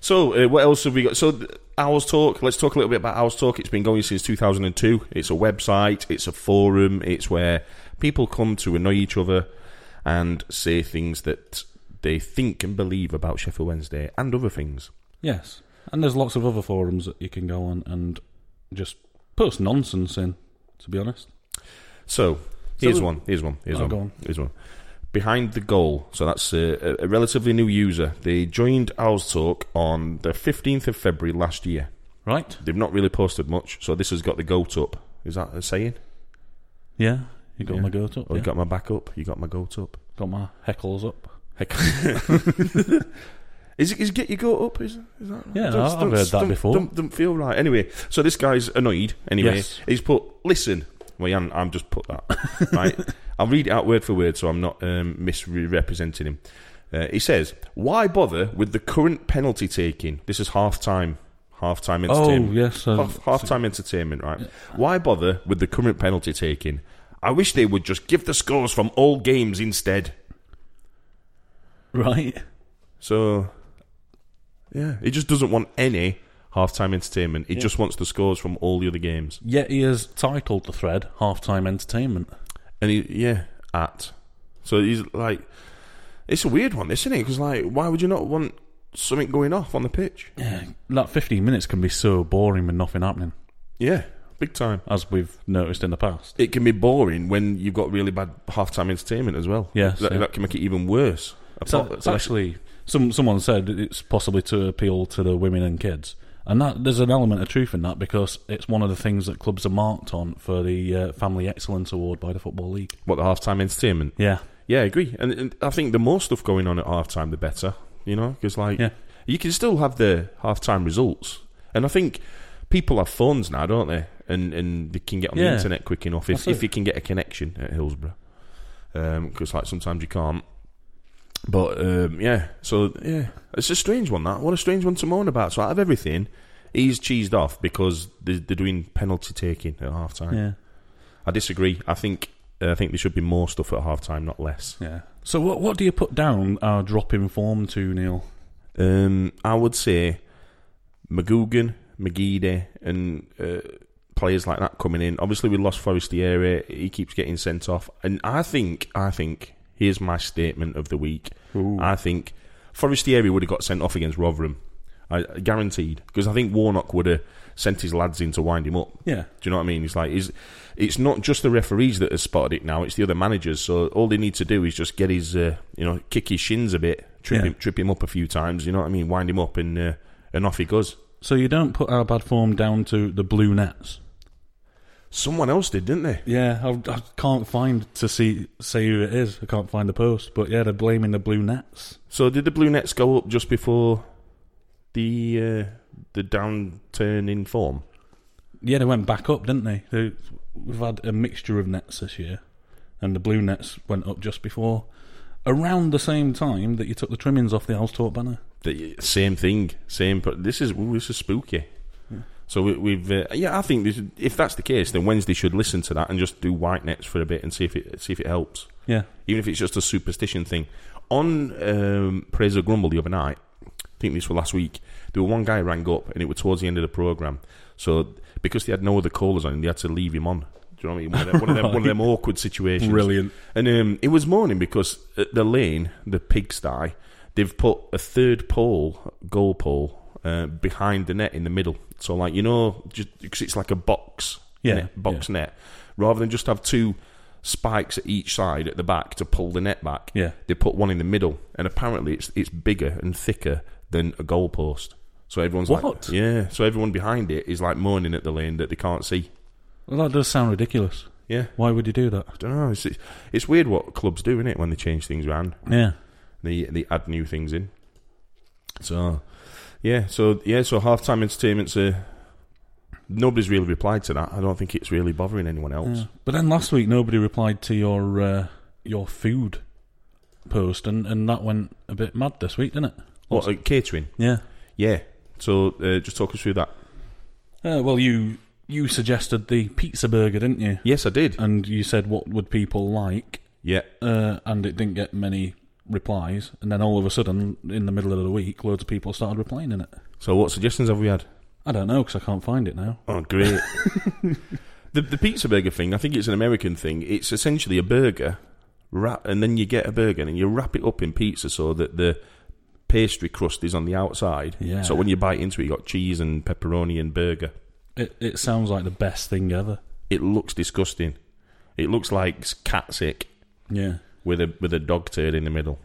So, uh, what else have we got? So, th- Owls Talk. Let's talk a little bit about Owls Talk. It's been going since 2002. It's a website. It's a forum. It's where people come to annoy each other and say things that they think and believe about Sheffield Wednesday and other things.
Yes. And there's lots of other forums that you can go on and just post nonsense in. To be honest.
So here's
we-
one. Here's one. Here's
Oh,
one.
go on.
Here's one. Behind the goal. So that's uh, a, a- a relatively new user. They joined Owls Talk on the 15th of February last year.
Right.
They've not really posted much, so this has got the goat up. Is that a saying?
Yeah. You got
Yeah.
my goat up.
Oh,
yeah.
you got my back up. You got my goat up.
Got my hecklers up.
Heck. Is it, is get your goat up? Is, is that
Yeah,
don't-
I've
don't-
heard that
don't-
before.
Don't, don't feel right. Anyway, so this guy's annoyed. Anyway,
Yes.
he's put listen. Well, yeah, I'm- I'm just put that right. I'll read it out word for word, so I'm not um, misrepresenting him. Uh, he says, "Why bother with the current penalty taking? This is half time, half time
Oh,
entertainment.
yes, um,
half, half time entertainment, right? Why bother with the current penalty taking? I wish they would just give the scores from all games instead."
Right.
So, yeah, he just doesn't want any halftime entertainment. He just wants the scores from all the other games.
Yet he has titled the thread Halftime Entertainment.
And he, yeah, at. So he's like, it's a weird one, isn't it? Because like, why would you not want something going off on the pitch?
That 15 minutes can be so boring with nothing happening,
Yeah, big time.
as we've noticed in the past.
It can be boring when you've got really bad halftime entertainment as well.
Yes,
that,
yeah.
that can make it even worse.
It's, a- it's actually, some someone said it's possibly to appeal to the women and kids, and that there's an element of truth in that because it's one of the things that clubs are marked on for the uh, Family Excellence Award by the Football League.
what the halftime entertainment.
Yeah,
Yeah, I agree. And, and I think the more stuff going on at halftime, the better. You know, because like
Yeah.
you can still have the halftime results, and I think people have phones now, don't they? And and they can get on the
Yeah.
internet quick enough
That's
if
it.
if you can get a connection at Hillsborough, because like sometimes you can't. But um, yeah, so yeah, it's a strange one. That what a strange one to moan about. So out of everything, he's cheesed off because they're, they're doing penalty taking at halftime.
yeah,
I disagree. I think uh, I think there should be more stuff at halftime, not less.
yeah. So what what do you put down our drop in form to Neil?
Um, I would say McGugan, McGeady, and uh, players like that coming in. Obviously, we lost Forestieri. He keeps getting sent off, and I think, I think here's my statement of the week. I think Forestieri would have got sent off against Rotherham, I, guaranteed, because I think Warnock would have sent his lads in to wind him up.
Yeah.
Do you know what I mean? It's like is it's not just the referees that have spotted it now; it's the other managers. So all they need to do is just get his, uh, you know, kick his shins a bit, trip
Yeah.
him, trip him up a few times. You know what I mean? Wind him up, and uh, and off he goes.
So you don't put our bad form down to the blue nets.
Someone else did, didn't they?
Yeah, I, I can't find to see say who it is. I can't find the post, but yeah, they're blaming the blue nets.
So did the Blue Nets go up just before the uh, the downturn in form?
Yeah, they went back up, didn't they? they? We've had a mixture of nets this year, and the blue nets went up just before, around the same time that you took the trimmings off the House Talk banner.
The same thing, same. But this is ooh, this is spooky. So we, we've uh, yeah, I think this, if that's the case, then Wednesday should listen to that and just do white nets for a bit and see if it see if it helps.
Yeah,
even if it's just a superstition thing. On um, Praise or Grumble the other night, I think this was last week, there were one guy rang up and it was towards the end of the programme. So because they had no other callers on, they had to leave him on. Do you know what I mean? One of them, one of them, one of them awkward situations.
Brilliant.
And um, it was morning because at the lane, the pigsty, they've put a third pole, goal pole, uh, behind the net in the middle. So, like, you know, just because it's like a box,
Yeah,
net, box net, rather than just have two spikes at each side at the back to pull the net back.
Yeah.
They put one in the middle, and apparently it's it's bigger and thicker than a goalpost. So everyone's
What?
like, yeah. So everyone behind it is like moaning at the lane that they can't see.
well, that does sound ridiculous.
Yeah.
Why would you do that?
I don't know. It's, it's weird what clubs do, is it, when they change things around?
Yeah,
They they add new things in. So yeah, so yeah, so halftime entertainment's a nobody's really replied to that. I don't think it's really bothering anyone else.
but then last week nobody replied to your uh, your food post, and and that went a bit mad this week, didn't it?
What uh, catering?
Yeah.
Yeah. So uh, just talk us through that.
Uh, well, you you suggested the pizza burger, didn't you?
Yes, I did.
And you said what would people like,
yeah.
uh, and it didn't get many replies. And then all of a sudden, in the middle of the week, loads of people started replying in it.
So what suggestions have we had?
I don't know because I can't find it now.
Oh, great. the the pizza burger thing, I think it's an American thing. It's essentially a burger wrap, and then you get a burger and you wrap it up in pizza so that the pastry crust is on the outside.
Yeah.
So when you bite into it, you got cheese and pepperoni and burger.
It it sounds like the best thing ever.
It looks disgusting. It looks like cat sick
Yeah,
with a with a dog tail in the middle.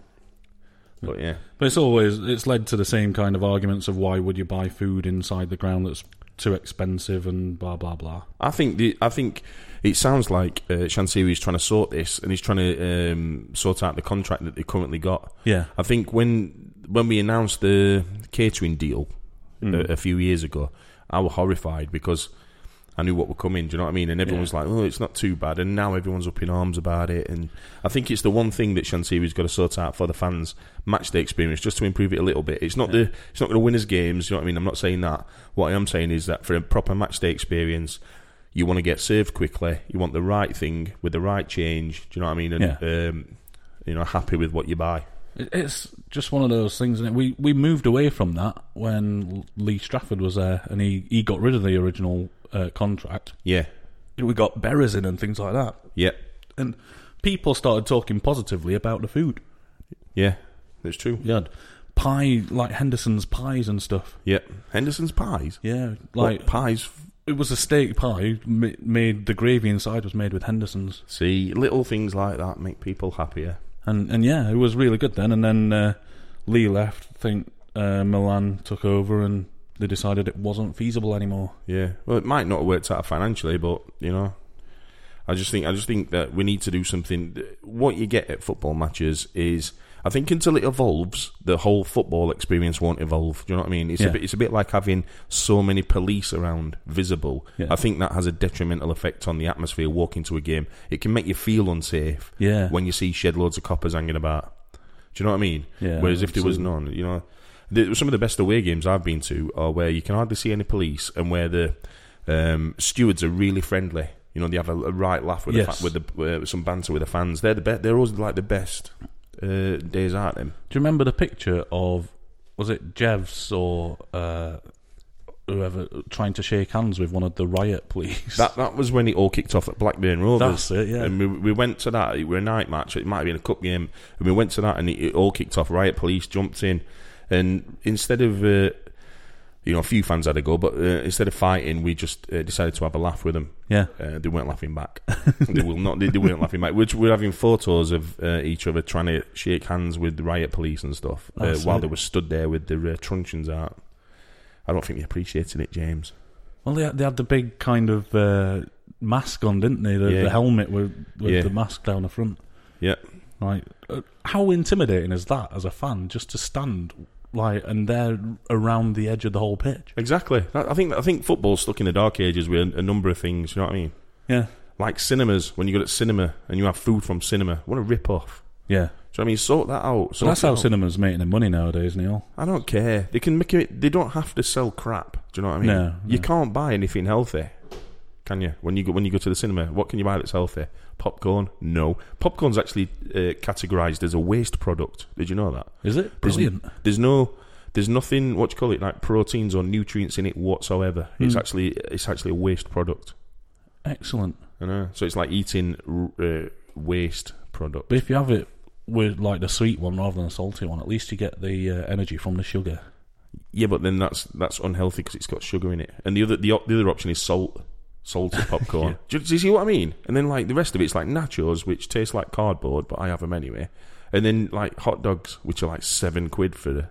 But yeah,
but it's always it's led to the same kind of arguments of why would you buy food inside the ground that's too expensive and blah blah blah.
I think the I think it sounds like uh, Shansiri is trying to sort this, and he's trying to um, sort out the contract that they currently got.
Yeah.
I think when when we announced the catering deal a, a few years ago, I was horrified because I knew what were coming. Do you know what I mean? And everyone was like, "Oh, it's not too bad," and now everyone's up in arms about it. And I think it's the one thing that Shansiri's got to sort out for the fans match day experience, just to improve it a little bit. It's not the it's not going to win us games. You know what I mean? I'm not saying that. What I am saying is that for a proper match day experience. You want to get served quickly. You want the right thing with the right change. Do you know what I mean? And um, you know, happy with what you buy.
It- It's just one of those things, and we we moved away from that when Lee Strafford was there, and he he got rid of the original uh, contract.
Yeah.
We got Berries in and things like that,
Yeah.
and people started talking positively about the food.
Yeah. That's true.
You had pie like Henderson's pies and stuff.
Yeah. Henderson's pies.
Yeah,
Like
like
pies.
it was a steak pie ma- made. The gravy inside was made with Henderson's,
See, little things like that make people happier.
and and yeah, it was really good then. And then uh, Lee left. I think uh, Milan took over, and they decided it wasn't feasible anymore.
Yeah. Well, it might not have worked out financially, but you know, I just think I just think that we need to do something. What you get at football matches is, I think, until it evolves, the whole football experience won't evolve. Do you know what I mean? It's
Yeah.
a bit. It's a bit like having so many police around, visible.
Yeah.
I think that has a detrimental effect on the atmosphere. Walking to a game, it can make you feel unsafe.
Yeah.
When you see shed loads of coppers hanging about. Do you know what I mean?
Yeah,
Whereas if there was none, you know, the, some of the best away games I've been to are where you can hardly see any police and where the um, stewards are really friendly. You know, they have a, a right laugh with
Yes.
the fa- with the uh, some banter with the fans. They're the be- They're always like the best uh, days out. Them.
Do you remember the picture of was it Jevs or uh, whoever trying to shake hands with one of the riot police?
That that was when it all kicked off at Blackburn Rovers.
That's it, yeah.
And we, we went to that. It were a night match. It might have been a cup game. And we went to that, and it, it all kicked off. Riot police jumped in, and instead of uh, you know a few fans had a go, but uh, instead of fighting, we just uh, decided to have a laugh with them.
yeah,
Uh, they weren't laughing back. they will not. They, they weren't laughing back. Which we're having photos of uh, each other trying to shake hands with the riot police and stuff uh,
That's
while
it.
they were stood there with their uh, truncheons out. I don't think they appreciated it, James.
well they had, they had the big kind of uh, mask on, didn't they? The,
Yeah.
the helmet with, with
Yeah.
the mask down the front.
Yeah,
Like, uh, how intimidating is that as a fan? Just to stand like and they're around the edge of the whole pitch.
exactly. That- I think I think football's stuck in the dark ages with a, a number of things. You know what I mean?
Yeah,
Like cinemas, when you go to cinema and you have food from cinema, what a rip off.
yeah.
Do you know what I mean? Sort that out.
So
sort
that's
it
how
out.
cinemas making their money nowadays, Neil.
I don't care. They can make it. They don't have to sell crap. Do you know what I mean?
No,
You
no.
can't buy anything healthy, can you? When you go when you go to the cinema, what can you buy that's healthy? Popcorn? No. Popcorn's actually uh, categorized as a waste product. Did you know that?
Is it
There's-
brilliant?
There's, no. There's nothing. What do you call it? Like proteins or nutrients in it whatsoever. It's
Hmm.
actually it's actually a waste product.
Excellent.
I know. So it's like eating r- uh, waste product.
But if you have it with like the sweet one rather than the salty one, at least you get the uh, energy from the sugar.
Yeah, but then that's that's unhealthy because it's got sugar in it. And the other the, op- the other option is salt, salted popcorn. do, you, do you see what I mean? And then like the rest of it's like nachos, which taste like cardboard, but I have them anyway. And then like hot dogs, which are like seven quid for the.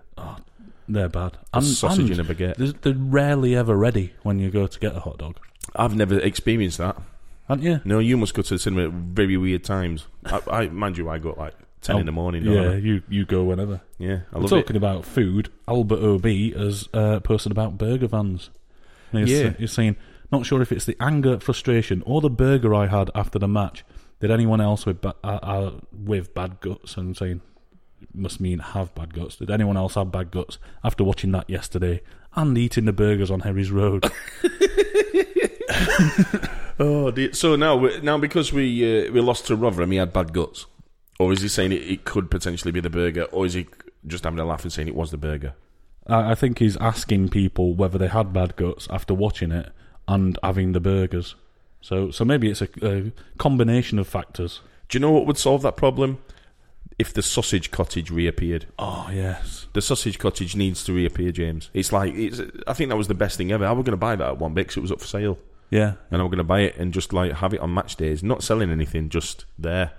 They're bad.
sausage in a baguette.
They're, they're rarely ever ready when you go to get a hot dog,
I've never experienced that.
aren't you?
No, you must go to the cinema at very weird times. I, I mind you, I go at like ten in the morning. don't
Yeah,
I?
you, you go whenever.
yeah, I
We're
love it.
talking about food. Albert OB has uh, posted about burger vans. And he's,
Yeah.
he's saying, not sure if it's the anger, frustration, or the burger I had after the match. Did anyone else with ba- uh, uh, with bad guts? And saying, must mean have bad guts. Did anyone else have bad guts after watching that yesterday and eating the burgers on Harry's Road?
Oh, dear. so now we- now because we uh, we lost to Rotherham, he had bad guts, or is he saying it, it could potentially be the burger, or is he just having a laugh and saying it was the burger?
I, I think he's asking people whether they had bad guts after watching it and having the burgers. So, so maybe it's a, a combination of factors.
Do you know what would solve that problem? If the sausage cottage reappeared,
Oh yes.
the sausage cottage needs to reappear, James. It's like it's, I think that was the best thing ever. I was going to buy that at one bit 'cause it was up for sale,
Yeah,
and I was going to buy it and just like have it on match days, not selling anything, just there.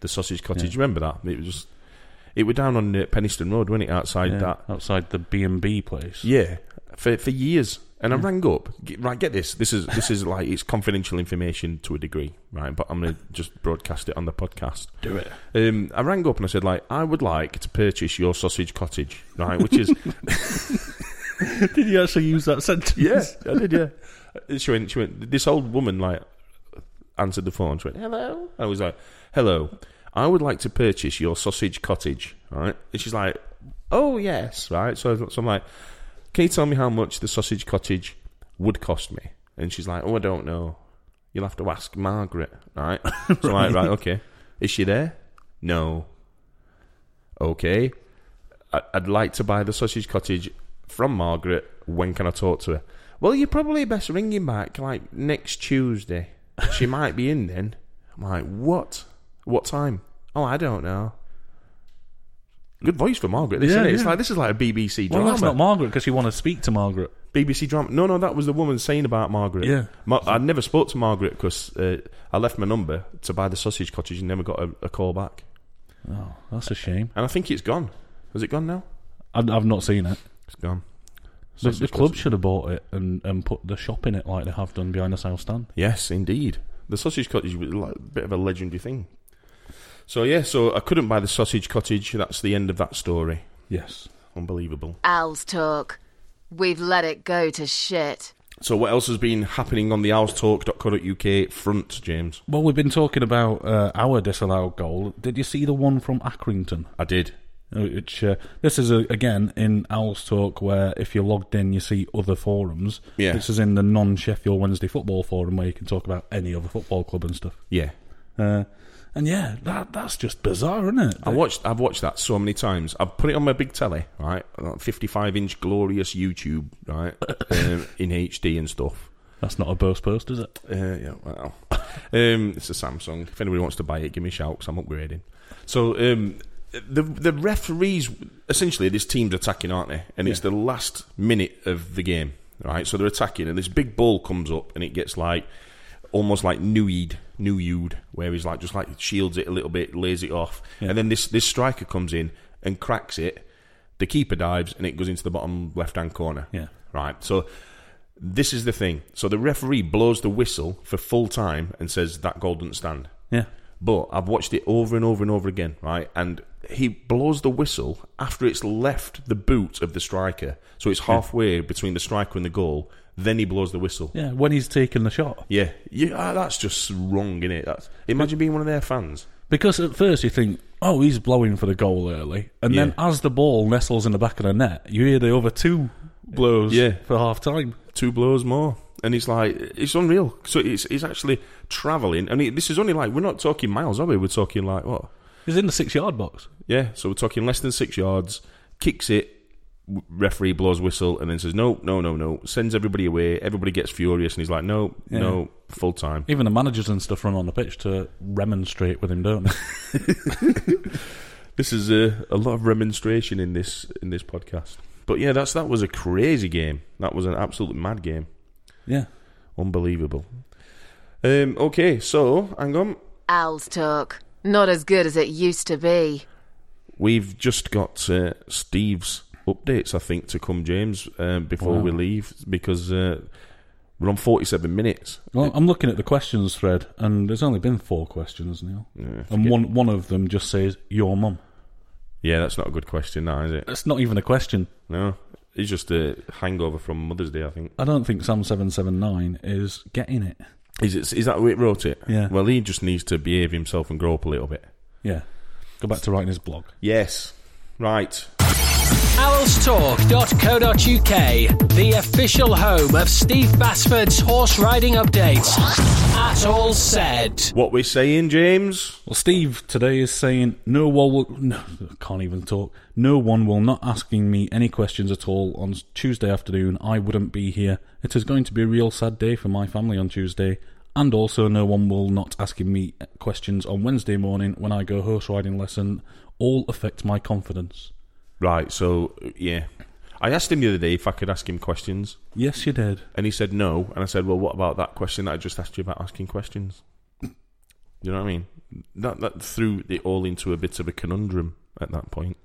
The sausage cottage. Remember that? It was just it were down on uh, Penniston Road, wasn't it? Outside
yeah.
that
outside the B and B place.
Yeah, for for years. And I rang up. G- Right, get this. This is this is like it's confidential information to a degree, right? But I'm going to just broadcast it on the podcast. Do it. Um, I rang up and I said, like, I would like to purchase your sausage cottage, right? Which is
Did you actually use that sentence?
yeah, I did. Yeah, she went. She went. This old woman like answered the phone. She went, "Hello." I was like, "Hello, I would like to purchase your sausage cottage." Right? And she's like, "Oh yes." Right? So, so I'm like, "Can you tell me how much the sausage cottage would cost me?" And she's like, "Oh, I don't know. You'll have to ask Margaret." Right? So I'm like, "Right, okay." Is she there? No. Okay. I- I'd like to buy the sausage cottage from Margaret. When can I talk to her? Well, you're probably best ringing back like next Tuesday. She might be in then. I'm like, what? What time? Oh, I don't know. Good voice for Margaret, this,
Yeah,
isn't it? It's
yeah.
like this is like a BBC
Well,
drama.
that's not Margaret because you want to speak to Margaret.
BBC drama. No, no, that was the woman saying about Margaret.
Yeah.
Ma- I never spoke to Margaret because uh, I left my number to buy the sausage cottage and never got a, a call back.
That's a shame.
And I think it's gone. Has it gone now?
I've, I've not seen it.
It's gone.
The, the
Sausage
club
cottage.
should have bought it and, and put the shop in it like they have done behind the sales stand.
Yes, indeed. The sausage cottage was like a bit of a legendary thing. So yeah, so I couldn't buy the sausage cottage. That's the end of that story.
Yes.
Unbelievable.
Owls talk. We've let it go to shit.
So what else has been happening on the owlstalk.co.uk front, James?
Well, we've been talking about uh, our disallowed goal. Did you see the one from Accrington?
I did.
Which uh, this is a, again in Owls Talk, where if you're logged in, you see other forums.
Yeah.
This is in the non-Sheffield Wednesday football forum, where you can talk about any other football club and stuff.
Yeah.
Uh, and yeah, that that's just bizarre, isn't it?
I watched I've watched that so many times. I've put it on my big telly, right? Fifty five inch glorious YouTube, right? um, in HD and stuff.
That's not a burst post, is it?
Uh, yeah, well, um, it's a Samsung. If anybody wants to buy it, give me a shout 'cause I'm upgrading. So um, the the referees essentially this team's attacking, aren't they? And it's the last minute of the game, right? So they're attacking, and this big ball comes up, and it gets like almost like newed, newed, where he's like just like shields it a little bit, lays it off, and then this this striker comes in and cracks it. The keeper dives, and it goes into the bottom left hand corner.
Yeah.
right. So this is the thing. So the referee blows the whistle for full time and says that goal doesn't stand.
Yeah.
But I've watched it over and over and over again, right? And he blows the whistle after it's left the boot of the striker. So it's halfway between the striker and the goal. Then he blows the whistle.
Yeah, when he's taking the shot.
Yeah, yeah, ah, that's just wrong, innit? That's imagine being one of their fans.
Because at first you think, oh, he's blowing for the goal early. And then
Yeah.
as the ball nestles in the back of the net, you hear the other two blows
Yeah.
for half time.
two blows more. And it's like it's unreal. So it's it's actually travelling, and it, this is only like we're not talking miles, are we? We're talking like what?
He's in the six yard box.
Yeah, so we're talking less than six yards. Kicks it, w- referee blows whistle, and then says no, no, no, no. Sends everybody away. Everybody gets furious, and he's like, no, no, full time.
Even the managers and stuff run on the pitch to remonstrate with him, don't they?
This is a, a lot of remonstration in this in this podcast. But yeah, that's that was a crazy game. That was an absolute mad game.
yeah.
Unbelievable. Um, okay, so hang on.
Owls talk. Not as good as it used to be.
We've just got uh, Steve's updates, I think, to come, James, um, before we leave because uh, we're on 47 minutes.
Well, I'm looking at the questions thread, and there's only been four questions now. and one, one of them just says, Your mum.
Yeah, that's not a good question, that, is it?
That's not even a question.
No. It's just a hangover from Mother's Day, I think.
I don't think Sam779 is getting it.
Is it? Is that the way it wrote it?
Yeah.
Well, he just needs to behave himself and grow up a little bit.
Yeah. Go back to writing his blog.
Yes. Right.
Owlstalk.co.uk, the official home of Steve Basford's horse riding updates. At all said.
What we're saying, James?
Well, Steve today is saying no one will. No, I can't even talk. No one will not asking me any questions at all on Tuesday afternoon. I wouldn't be here. It is going to be a real sad day for my family on Tuesday, and also no one will not asking me questions on Wednesday morning when I go horse riding lesson. All affect my confidence.
Right. So yeah, I asked him the other day if I could ask him questions,
Yes, you did.
and he said no. And I said, well, what about that question that I just asked you about asking questions? You know what I mean? That that threw it all into a bit of a conundrum at that point.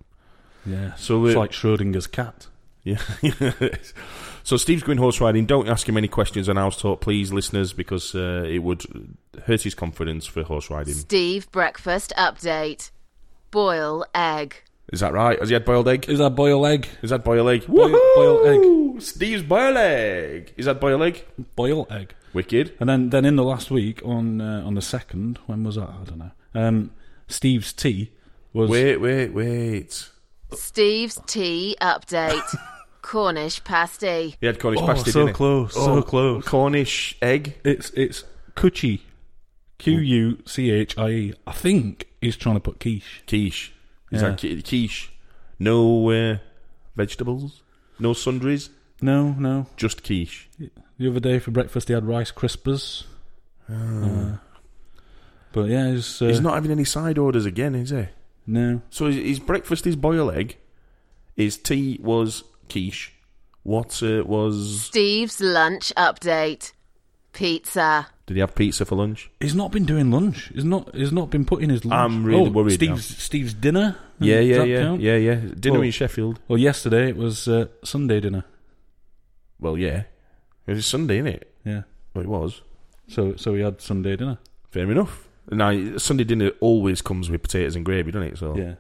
Yeah.
So
it's
it-
like Schrodinger's cat.
Yeah. so Steve's going horse riding. Don't ask him any questions on house talk, please, listeners, because uh, it would hurt his confidence for horse riding.
Steve, breakfast update. Boil egg.
Is that right? Has he had boiled egg?
Is that boiled egg?
Is that boiled egg?
Boil- boiled
egg. Steve's boiled egg. Is that boiled egg?
Boiled egg.
Wicked.
And then, then in the last week on uh, on the second, when was that? I don't know. Um, Steve's tea was
Wait, wait, wait.
Steve's tea update. Cornish pasty.
He had Cornish
Oh,
pasty,
so
didn't he? Oh,
close, so close.
Cornish egg.
it's it's Cucci, Q U C H I E. I think he's trying to put quiche.
Quiche. Is
Yeah.
that qui- quiche? No uh, vegetables? No sundries?
No, no.
Just quiche.
The other day for breakfast, he had rice crispers. Uh, but yeah, he's, uh,
Ah. He's not having any side orders again, is he?
No,
So his, his breakfast is boiled egg. His tea was quiche. What uh, was.
Steve's lunch update. Pizza.
Did he have pizza for lunch?
he's not been doing lunch. He's not. He's not been putting his lunch.
I'm really
oh,
worried
Steve's
now.
Steve's dinner.
Yeah,
Does
yeah,
Hmm, that
yeah.
count?
Yeah, yeah. Dinner
Well-
in Sheffield.
Well, yesterday it was uh, Sunday dinner.
Well, yeah. It was Sunday, innit?
Yeah.
Well, it was.
So so we had Sunday dinner.
Fair enough. Now, Sunday dinner always comes with potatoes and gravy, doesn't it? So
Yeah.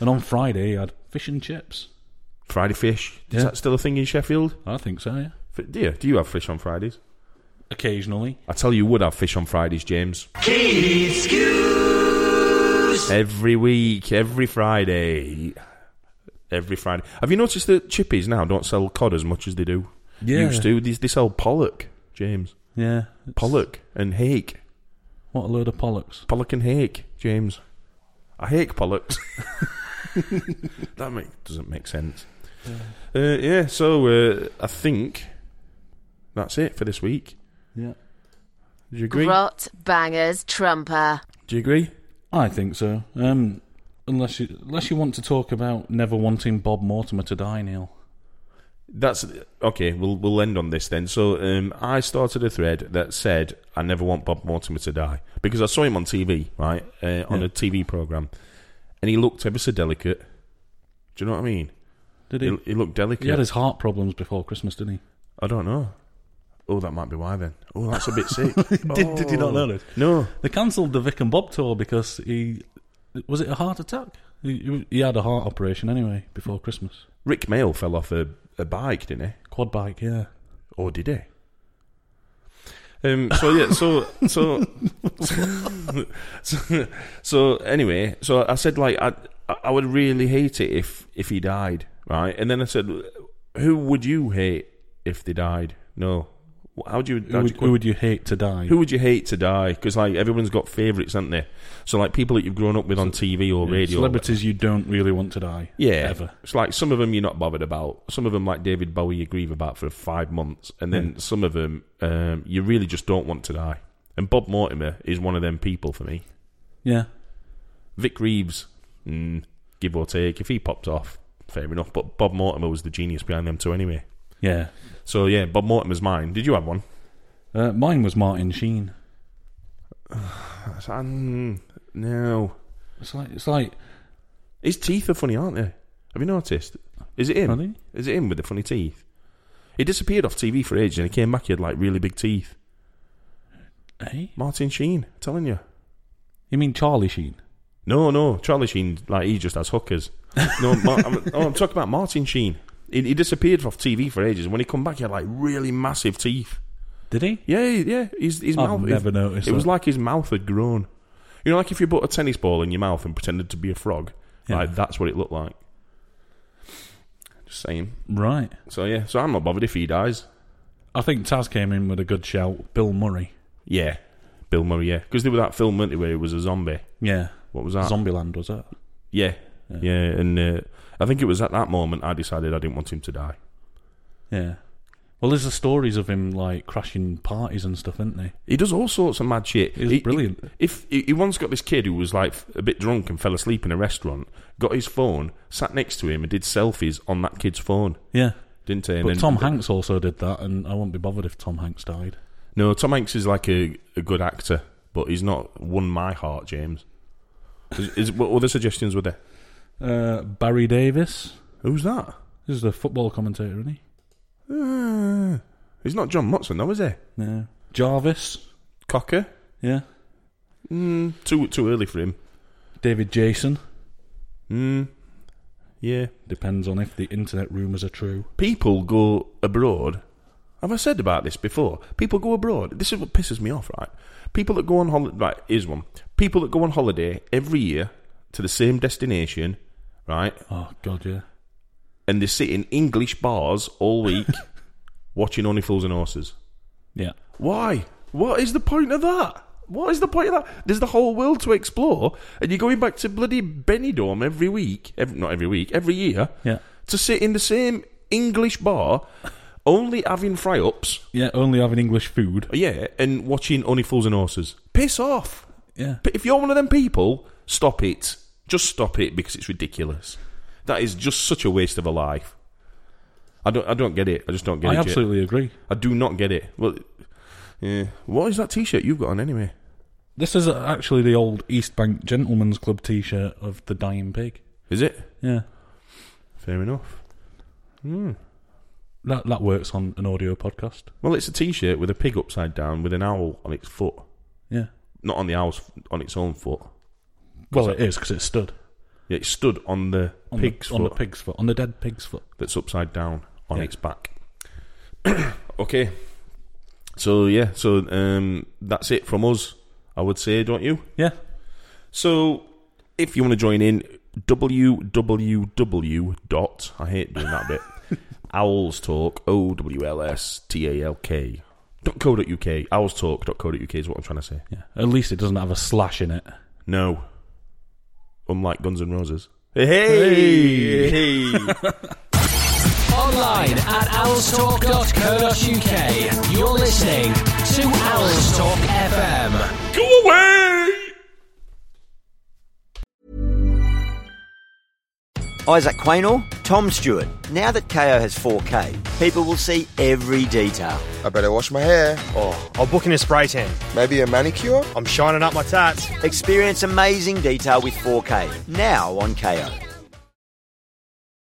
And on Friday he had fish and chips.
Friday fish. Is
Yeah.
that still a thing in Sheffield?
I think so. Yeah.
F- Do you, do you have fish on Fridays?
Occasionally.
I tell you, you would have fish on Fridays, James. Every week, every Friday. Every Friday. Have you noticed that chippies now don't sell cod as much as they do?
Yeah.
Used to. They, they sell pollock, James.
Yeah. It's-
Pollock and hake.
What a load of pollocks.
Pollock and hake, James. I hake pollocks. that make, doesn't make sense. Uh, yeah, so uh, I think that's it for this week.
Yeah.
Do you agree?
Grot bangers trumper.
Do you agree?
I think so. Um, unless you unless you want to talk about never wanting Bob Mortimer to die, Neil.
That's okay. We'll we'll end on this then. So um, I started a thread that said I never want Bob Mortimer to die because I saw him on TV, right, uh, on
Yeah.
a TV program, and he looked ever so delicate. Do you know what I mean?
Did
He,
he?
he looked delicate.
He had his heart problems before Christmas, didn't he?
I don't know. Oh, that might be why then. Oh, that's a bit sick.
Did- did you not
Oh.
know this?
No.
They cancelled the Vic and Bob tour because he was it a heart attack. He, he had a heart operation anyway before Christmas.
Rick Mail fell off a, a bike, didn't he?
Quad bike, yeah.
Or did he? Um, so yeah, so so so, so anyway, so I said like I I would really hate it if if he died, right? And then I said, who would you hate if they died? No, how would you?
Who would, who would you hate to die?
Who would you hate to die? Because like everyone's got favourites, haven't they? So like people that you've grown up with on TV or
Yeah,
radio,
Celebrities you don't really want to die.
yeah,
Ever.
It's like some of them you're not bothered about. Some of them, like David Bowie, you grieve about for five months, and then some of them um, you really just don't want to die. And Bob Mortimer is one of them people for me.
Yeah.
Vic Reeves, mm, give or take, if he popped off, fair enough. But Bob Mortimer was the genius behind them too, anyway.
Yeah.
So yeah, Bob Mortimer's mine. Did you have one?
Uh, mine was Martin Sheen.
I said, mm, no,
It's like it's like
his teeth are funny, aren't they? Have you noticed? Is it him?
Are they?
Is it him with the funny teeth? He disappeared off TV for ages, and he came back. He had like really big teeth.
eh?
Martin Sheen, telling you.
You mean Charlie Sheen?
No, no, Charlie Sheen, like he just has hookers. No, Mar- I'm, oh, I'm talking about Martin Sheen. He, he disappeared off TV for ages. When he come back, he had like really massive teeth.
Did he?
Yeah, yeah. His his
I've
mouth.
never
it,
noticed
It was
that.
like his mouth had grown. You know, like if you put a tennis ball in your mouth and pretended to be a frog.
Yeah.
Like that's what it looked like. Just saying.
Right.
So yeah. So I'm not bothered if he dies.
I think Taz came in with a good shout. Bill Murray.
Yeah. Bill Murray. Yeah. Because there was that film, weren't there, where he was a zombie.
Yeah.
What was that?
Zombieland was that?
Yeah, yeah, and uh, I think it was at that moment I decided I didn't want him to die.
Yeah. Well, there's the stories of him like crashing parties and stuff, isn't there?
He does all sorts of mad shit.
He's
He-
brilliant.
he- if he, he once got this kid who was like a bit drunk and fell asleep in a restaurant, got his phone, sat next to him, and did selfies on that kid's phone,
Yeah.
didn't he? And
But
then-
Tom Hanks also did that, and I wouldn't be bothered if Tom Hanks died.
No, Tom Hanks is like a, a good actor, but he's not won my heart, James. Is, is, what other suggestions were there?
Uh, Barry Davis
Who's that?
This is the football commentator, isn't he?
Uh, he's not John Motson, though, is he?
No. Jarvis.
Cocker?
Yeah.
Mm, too too early for him.
David Jason.
Mm, yeah.
Depends on if the internet rumours are true.
People go abroad. Have I said about this before? People go abroad. This is what pisses me off, right? People that go on holiday. Right, here's one. People that go on holiday every year to the same destination, right?
Oh God, yeah.
And they sit in English bars all week watching Only Fools and Horses.
Yeah.
Why? What is the point of that? What is the point of that? There's the whole world to explore, and you're going back to bloody Benidorm every week, ev not every week, every year,
Yeah.
to sit in the same English bar, only having fry ups,
Yeah, only having English food.
yeah, and watching Only Fools and Horses. Piss off!
Yeah.
But if you're one of them people, stop it. Just stop it because it's ridiculous. That is just such a waste of a life. I don't, I don't get it. I just don't get
I
it. Jay.
absolutely agree.
I do not get it. Well, yeah. What is that T-shirt you've got on anyway?
This is actually the old East Bank Gentlemen's Club t shirt of the dying pig.
Is it?
Yeah.
Fair enough.
That that works on an audio podcast.
Well, it's a T-shirt with a pig upside down with an owl on its foot,
Yeah.
not on the owl's on its own foot.
Well, it is because it stood
Yeah, it stood on the
on,
pig's
the,
foot
on the pig's foot, on the dead pig's foot.
that's upside down on
Yeah.
its back. okay. So yeah, so um, that's it from us. I would say, don't you?
Yeah.
So, if you want to join in, www. dot I hate doing that bit. Owls Talk. O W L S T A L K. dot co dot uk. Owls Talk. dot co dot uk is what I'm trying to say.
Yeah. At least it doesn't have a slash in it.
No. Unlike Guns N' Roses. Hey. hey.
Online at owlstalk.co.uk. You're listening to Owls Talk FM.
Go away.
Isaac Quaynor, Tom Stewart. Now that KO has 4K, people will see every detail.
I better wash my hair.
Oh, I'll book in a spray tan.
Maybe a manicure?
I'm shining up my tats.
Experience amazing detail with 4K now on KO.